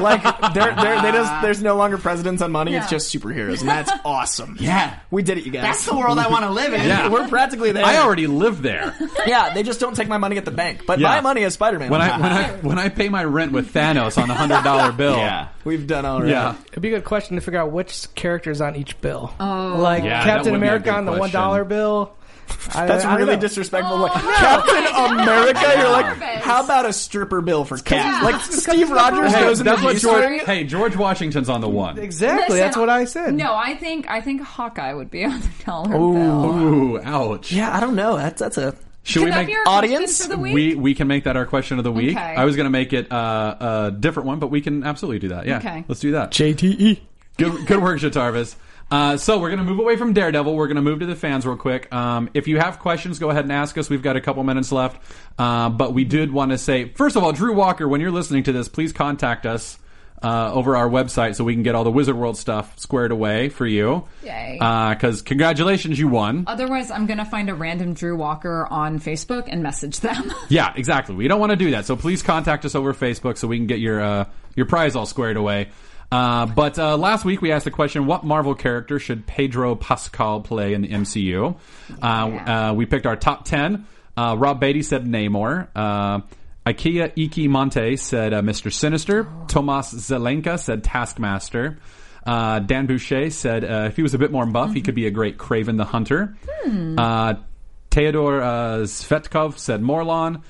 E: like they're, they're, they just there's no longer presidents on money; it's
C: Yeah.
E: just superheroes, and that's awesome.
D: Yeah.
E: we did it, you guys.
D: That's the world I want to live in.
B: Yeah.
E: We're practically there.
B: I already live there.
E: yeah, they just don't take my money at the bank, but
B: Yeah.
E: my money is Spider Man.
B: When I when I when I pay my rent with Thanos on the hundred dollar bill,
D: Yeah.
E: we've done all right.
B: yeah.
G: It'd be a good question to figure out which characters on each bill.
C: Oh.
G: like
B: Yeah, that
G: Captain
B: would be a
G: America
B: good
G: on the one
B: question.
G: dollar bill. I-
E: That's
G: I don't
E: really
G: know.
E: disrespectful. Like Captain America, you're like, how about a stripper bill for cat? Like Steve Rogers
B: Hey,
E: goes in the
B: that's what
E: beast
B: George,
E: ring.
B: hey, George Washington's on the one.
G: Exactly.
C: Listen,
G: that's what I said.
C: No, I think I think Hawkeye would be on the dollar bill.
B: Ooh, ouch.
E: Yeah, I don't know. That's that's a.
B: Should we
C: Could that
B: make
C: be our
E: audience?
C: question for the week?
B: we we can make that our question of the week.
C: Okay.
B: I was going to make it uh, a different one, but we can absolutely do that. Yeah,
C: Okay.
B: let's do that.
E: JTE.
B: good, good work, Jatarvis. Uh, so we're going to move away from Daredevil. We're going to move to the fans real quick. Um, if you have questions, go ahead and ask us. We've got a couple minutes left, uh, but we did want to say first of all, Drew Walker, when you're listening to this, please contact us uh, over our website so we can get all the Wizard World stuff squared away for you.
C: Yay.
B: Because congratulations, you won.
C: Otherwise, I'm going to find a random Drew Walker on Facebook and message them.
B: Yeah, exactly. We don't want to do that. So please contact us over Facebook so we can get your uh, your prize all squared away. Uh, but uh, last week we asked the question: What Marvel character should Pedro Pascal play in the MCU? Uh, uh, we picked our top ten. Uh, Rob Beatty said Namor. Uh, Ikea Iki Monte said uh, Mr. Sinister. Tomas Zelenka said Taskmaster. Uh, Dan Boucher said uh, if he was a bit more buff, he could be a great Craven the Hunter. Uh, Theodore uh, Svetkov said Morlon,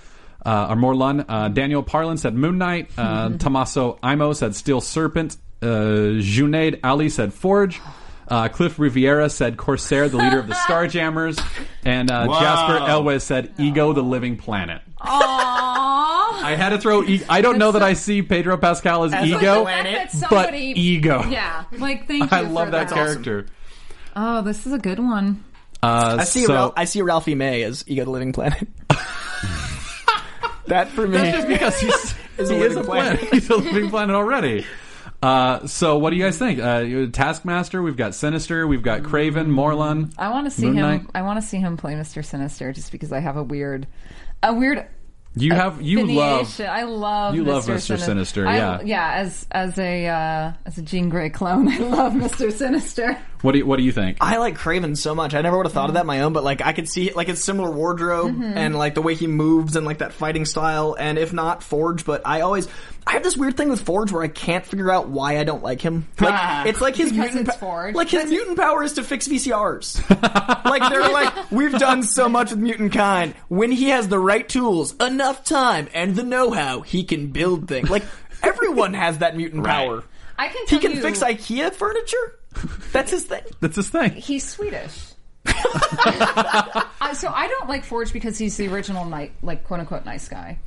B: uh, or Morlun. Uh, Daniel Parlin said Moon Knight. Uh, Tommaso Imo said Steel Serpent. Uh, Junaid Ali said Forge. Uh, Cliff Riviera said Corsair, the leader of the Starjammers. And uh, Jasper Elwes said Ego, the living planet.
C: Aww.
B: I had to throw. E- I don't know that I see Pedro Pascal as, Ego, but Ego.
C: Yeah. Like, thank you.
B: I love
C: for
B: that character.
C: Oh, this is a good one.
B: Uh,
E: I see.
B: so-
E: Ralph, I see Ralphie May as Ego the Living Planet. that for me.
B: That's just because he's,
E: a
B: he is
E: living
B: a planet.
E: planet.
B: He's a living planet already. Uh, so what do you guys think? Uh, you- Taskmaster, we've got Sinister, we've got Craven, Morlun.
C: I want to see
B: Moon
C: him.
B: Knight.
C: I want to see him play Mr. Sinister just because I have a weird, a weird.
B: You have you love
C: affiliation. I love.
B: you
C: Mr.
B: love Mr.
C: Sinis-
B: Sinister,
C: I-
B: yeah.
C: yeah. As as a uh, as a Jean Grey clone, I love Mr. Sinister.
B: what do you, what do you think?
E: I like Craven so much. I never would have thought
C: Mm-hmm.
E: of that on my own, but like I could see like his similar wardrobe and like the way he moves and like that fighting style, and if not Forge, but I always I have this weird thing with Forge where I can't figure out why I don't like him. Like, it's like his
C: Because
E: mutant
C: it's
E: po-
C: Forge.
E: like his mutant power is to fix VCRs. like they're like we've done so much with mutant kind. When he has the right tools, enough time, and the know-how, he can build things. Like everyone has that mutant power.
C: I can.
E: He
C: Tell
E: can
C: you,
E: fix IKEA furniture. That's his thing.
B: That's his thing.
C: He's Swedish. Uh, so I don't like Forge because he's the original night, like quote unquote nice guy.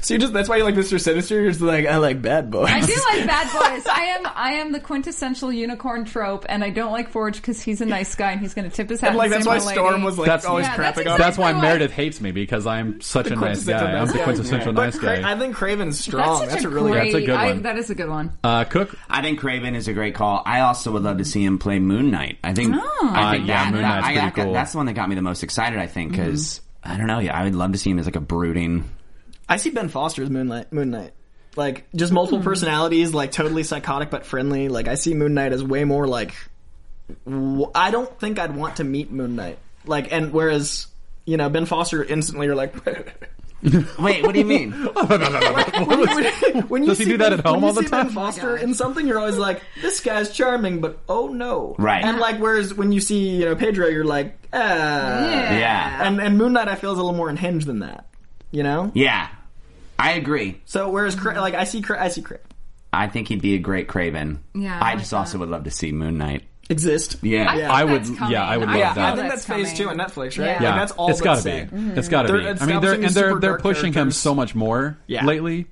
E: So you just that's why you like Mr. Sinister. You're just like I like bad boys.
C: I do like bad boys. I am I am the quintessential unicorn trope, and I don't like Forge because he's a nice guy and he's going to tip his hat.
E: And like
C: and
E: that's
C: save
E: why
C: the lady.
E: Storm was like
B: That's-
E: always
B: Yeah,
C: that's
E: crapping
C: exactly-
E: on.
B: That's why
C: why-
B: Meredith hates me because I'm such a nice guy. I'm the quintessential nice
E: But Cra-
B: guy.
E: I think Craven's
C: That's
E: strong.
C: such
E: That's,
C: a
E: a really
C: great.
B: That's a good
C: I-
B: one.
C: that is a good one.
B: Uh, Cook,
D: I think Craven is a great call. I also would love to see him play Moon Knight. I
C: Oh.
D: think, I think
B: Uh, yeah, Moon Knight's
D: I- I
B: pretty
D: got-
B: cool.
D: that's the one that got me the most excited, I think, because
C: Mm-hmm.
D: I don't know. Yeah, I would love to see him as like a brooding.
E: I see Ben Foster as Moonlight. Moon Knight. Like just multiple
C: Hmm.
E: personalities, like totally psychotic but friendly. Like I see Moon Knight as way more like. W- I don't think I'd want to meet Moon Knight. Like and whereas you know Ben Foster instantly you're like.
D: Wait, what do you mean?
E: When you
B: Does he
E: see
B: do that
E: Ben-
B: at home
E: when you
B: all the
E: see Ben
B: time?
E: Foster in something, you're always like, this guy's charming, but oh no,
D: Right.
E: And like, whereas when you see you know Pedro, you're like, ah.
D: yeah,
E: And and Moon Knight, I feel is a little more unhinged than that. You know.
D: yeah. I agree.
E: So whereas Cra- like I see Cra- I see Cra-
D: I think he'd be a great Craven.
C: Yeah, I
D: I
C: like
D: just
C: that.
D: also would love to see Moon Knight.
E: exist.
D: Yeah,
C: I, think
B: I would-
C: that's coming.
B: yeah, I would love
E: Yeah,
B: that.
E: I think that's, phase two on
C: coming.
E: Netflix, right?
C: Yeah.
B: Yeah,
E: Like, that's all.
B: it's
E: got
B: gotta
E: to
B: be. It's gotta
E: They're
B: be. I mean, they're
E: establishing
B: and they're
E: super
B: they're
E: dark
B: pushing him
E: characters.
B: so much more
E: Yeah.
B: lately.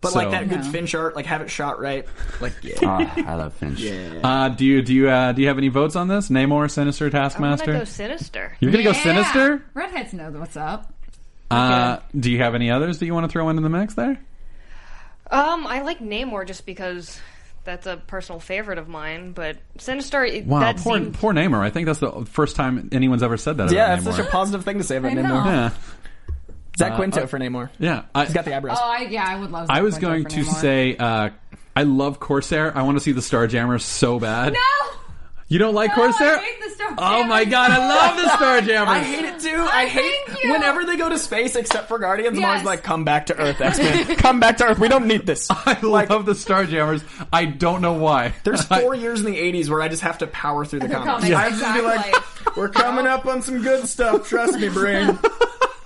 E: But
B: So-
E: like that good fin chart, like have it shot right. Like yeah.
D: Ah, I love Finch.
B: Uh, do you do you uh, do you have any votes on this? Namor, Sinister,
F: I'm gonna
B: Taskmaster.
F: go sinister.
B: You're gonna go
C: Yeah.
B: Sinister.
C: Redheads know what's up.
B: Uh, do you have any others that you want to throw into the mix there?
F: Um, I like Namor just because that's a personal favorite of mine. But sinister, it-
B: Wow,
F: that
B: poor
F: seemed-
B: poor Namor. I think that's the first time anyone's ever said that.
E: Yeah,
B: about
E: that's
B: Namor.
E: such a positive thing to say about
C: I know.
E: Namor.
B: yeah,
E: Zach
B: Uh,
E: Quinto for Namor.
B: yeah. I,
E: He's got the eyebrows.
C: Oh, I, yeah, I would love.
B: I
C: Zack
B: was
C: Quinto
B: going
C: for
B: to
C: Namor.
B: say uh, I love Corsair. I want to see the Starjammer so bad.
C: no.
B: You don't like
C: No, I
B: Corsair?
C: hate the Starjammers
B: oh my god, I love the Starjammer.
E: I hate it too. I hate
C: Oh, thank you.
E: whenever they go to space, except for Guardians. I'm always
C: Yes.
E: like, "Come back to Earth, X Men. Come back to Earth. We don't need this."
B: I love the Starjammers. I don't know why.
E: There's four years in the '80s where I just have to power through the comics.
C: comics,
E: I have to just be
C: exactly.
E: like, "We're coming up on some good stuff. Trust me, brain.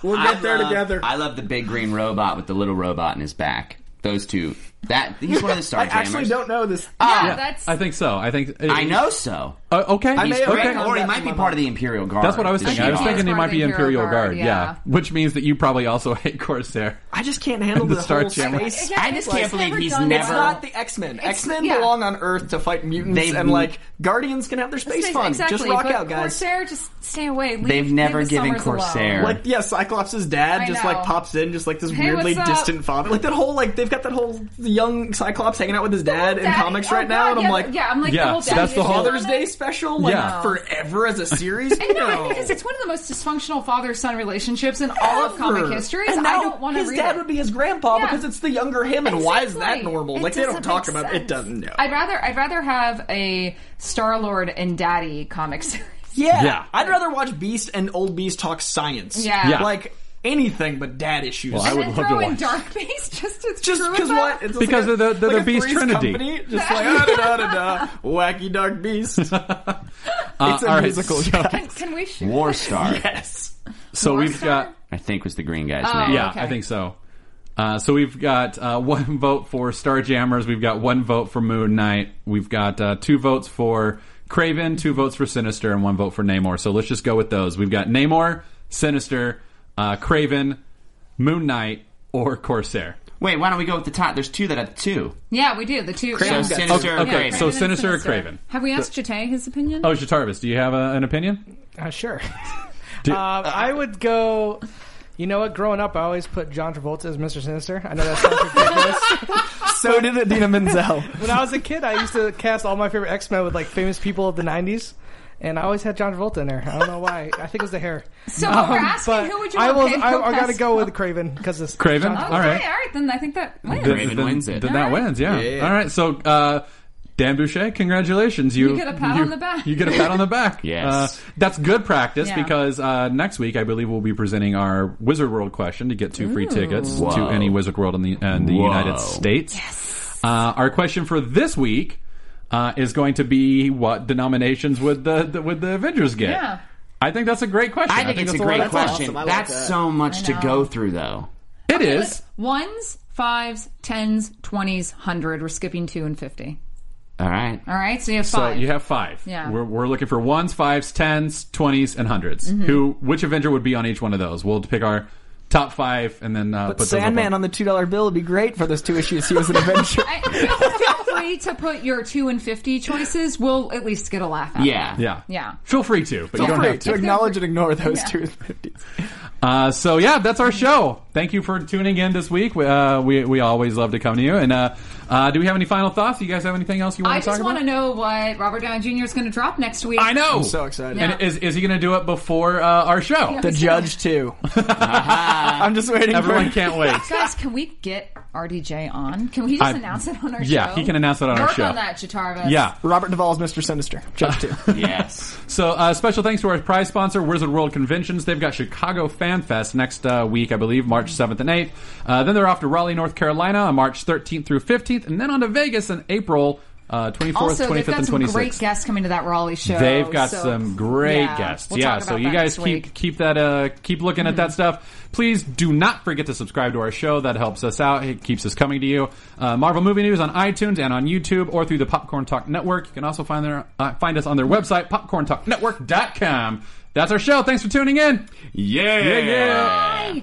E: We'll get
D: I
E: there
D: love-
E: together."
D: Uh, I love the big green robot with the little robot in his back. Those two. That he's one of the
E: I
D: star
E: actually
D: jammers.
E: don't know this.
C: Yeah,
B: Yeah,
C: that's.
B: I think so. I think
D: I know so.
B: Uh, okay,
D: He's
E: may have
D: great,
B: okay.
E: read on
D: or he
E: that
D: might be
E: from
D: part of the Imperial Guard.
B: That's what I was
D: Does
B: thinking.
D: he
B: I was
D: not?
B: thinking he
C: Part
B: might
C: of
B: be
C: the
B: Imperial
C: Imperial
B: Guard,
C: Guard,
B: yeah.
C: yeah.
B: Which means that you probably also hate Corsair.
E: I just can't handle
B: The
E: the,
B: Star
E: whole
B: Jammer.
E: space.
D: I just can't believe he's
C: done
D: never-
E: It's
C: that.
E: not the X Men. X Men
C: yeah.
E: belong on Earth to fight mutants,
D: They've-
E: and like Guardians can have their space
C: Space-
E: fun.
C: Exactly.
E: Just rock
C: but
E: out, guys.
C: Corsair, just stay away. Leave,
D: They've
C: leave
D: never
C: the
D: given
C: summers alone.
D: Corsair-
E: Like yeah, Cyclops' dad
C: I
E: just
C: know.
E: like pops in, just like this
C: Hey,
E: weirdly
C: what's up?
E: distant father. Like that whole like they've got that whole young Cyclops hanging out with his dad in
C: Daddy-
E: comics
C: oh,
E: right now,
C: God,
E: and
C: yeah,
E: I'm like
C: yeah, I'm like,
B: Yeah,
C: the whole
B: so that's
C: daddy
B: the whole-
C: issue.
E: Father's Day special, like
B: Yeah.
E: forever as a series.
C: And no,
E: no.
C: because it's one of the most dysfunctional father-son relationships in all of comic
E: Ever.
C: history.
E: And
C: so
E: now
C: I don't want to
E: his
C: read
E: dad
C: it.
E: would be his grandpa
C: Yeah.
E: because it's the younger him, and why is that
C: Exactly.
E: normal?
C: It
E: like they don't
C: doesn't
E: talk
C: make
E: about it. It
C: sense.
E: doesn't. No.
C: I'd rather I'd rather have a Star Lord and Daddy comic series.
E: Yeah.
B: Yeah.
E: I'd rather watch Beast and old Beast talk science.
C: Yeah. Yeah.
E: Like anything but dad issues.
B: Well, I would love
C: and then
B: to
C: throw in
B: watch.
C: Dark Beast just to
E: just
C: screw
E: because
C: with
E: what?
C: them.
E: It's
B: Because
E: like a-
B: of the- the-
E: like
B: the
E: a
B: Beast
E: Three's
B: Trinity.
E: Company, just like ah, da, da, da, da, wacky dark beast. it's a
B: Uh, all right,
E: musical.
B: so-
F: Can, can we shoot?
D: War Star,
E: yes.
B: So we've got.
D: I think was the green guy's
C: Oh.
D: name.
B: Yeah, I think so. Uh, so we've got uh, one vote for Starjammers. We've got one vote for Moon Knight. We've got uh, two votes for Craven, two votes for Sinister, and one vote for Namor. So let's just go with those. We've got Namor, Sinister, uh, Craven, Moon Knight, or Corsair.
D: Wait, why don't we go with the top? There's two that have two.
C: Yeah, we do the two.
D: So
C: yeah.
D: Sinister
B: Okay,
D: and
B: okay,
D: Craven.
B: so
C: Craven and
B: Sinister or Craven?
C: Have we asked Jate his opinion?
B: Oh, Jatarvis, do you have a, an opinion?
G: Uh, sure. Uh, I would go. You know what? Growing up, I always put John Travolta as Mr. Sinister. I know that sounds ridiculous.
E: So did Adina Menzel.
G: when I was a kid, I used to cast all my favorite X Men with like famous people of the '90s, and I always had John Travolta in there. I don't know why. I think it was the hair.
C: so we're
G: Um,
C: asking
G: but
C: who would you
G: I
C: want
G: will.
C: Pedro
G: I, I got to
C: Pascal?
G: go with Craven because this
B: Craven?
G: John-
C: Okay,
B: All
C: all
B: right.
C: right. Then I think that wins.
D: Good. Craven
B: then,
D: wins it.
B: Then that wins, yeah. All right, so uh, Dan Boucher, congratulations. You,
C: You get a pat on the back.
B: You get a pat on the back.
D: Yes.
B: Uh, that's good practice
C: Yeah.
B: because uh, next week, I believe, we'll be presenting our Wizard World question to get two free tickets to
D: Whoa.
B: any Wizard World in the, in the
D: Whoa.
B: United States. Yes. Uh, our question for this week uh, is going to be what denominations would the, the would the Avengers get?
C: Yeah.
B: I think that's a great question.
D: I think it's a
B: lot
D: great
B: of fun.
D: question.
E: awesome. I like
D: That's
E: that.
D: so much to go through, though.
B: It is.
C: Ones, fives, tens, twenties, hundred. We're skipping two and fifty.
D: All right.
C: All right, so you have
B: So
C: five.
B: you have five.
C: Yeah.
B: We're, we're looking for ones, fives, tens, twenties, and 100s
C: Mm-hmm.
B: Who? Which Avenger would be on each one of those? We'll pick our top five and then uh, put those up
E: Sandman on the two dollar bill would be great for those two issues. He was an adventure.
C: I, feel free to put your two and fifty choices. We'll at least get a laugh out.
D: Yeah.
B: Yeah.
C: Yeah.
B: Feel free to, but you don't
E: Great
B: have
E: to
B: to.
E: acknowledge and ignore those two fifties.
B: Uh, so yeah, that's our show. Thank you for tuning in this week. We, uh, we, we always love to come to you. And uh, uh, do we have any final thoughts? Do you guys have anything else you
C: I
B: want to talk
C: just want
B: about?
C: to know what Robert Downey Jr. is going to drop next week.
B: I know.
E: I'm so excited.
C: Yeah.
B: And is is he going to do it before uh, our show?
E: The Judge too. I'm just waiting.
B: Everyone
E: for
B: can't wait.
C: Guys, can we get RDJ on? Can we just
B: I-
C: announce it on our show?
B: yeah, he can announce it on our
C: Work
B: show.
C: on that, Jatarvis.
B: Yeah.
E: Robert Duvall's Mr. Sinister. Judge two.
D: Yes.
B: So uh, special thanks to our prize sponsor, Wizard World Conventions. They've got Chicago Fan Fest next uh, week, I believe, March 7th and 8th. Uh, then they're off to Raleigh, North Carolina on March 13th through 15th, and then on to Vegas in April uh, 24th,
C: Also,
B: 25th,
C: they've got
B: and
C: some
B: 26th.
C: great guests coming to that Raleigh show.
B: They've got
C: so-
B: some great
C: Yeah,
B: guests.
C: we'll
B: yeah,
C: talk
B: so
C: about
B: you
C: that
B: guys
C: next
B: keep
C: week. Mm-hmm.
B: keep that uh keep looking at that stuff. Please do not forget to subscribe to our show. That helps us out. It keeps us coming to you. Uh, Marvel Movie News on iTunes and on YouTube or through the Popcorn Talk Network. You can also find their uh, find us on their website popcorntalknetwork.com. That's our show. Thanks for tuning in.
D: Yeah.
B: Yeah, yeah.
C: Bye.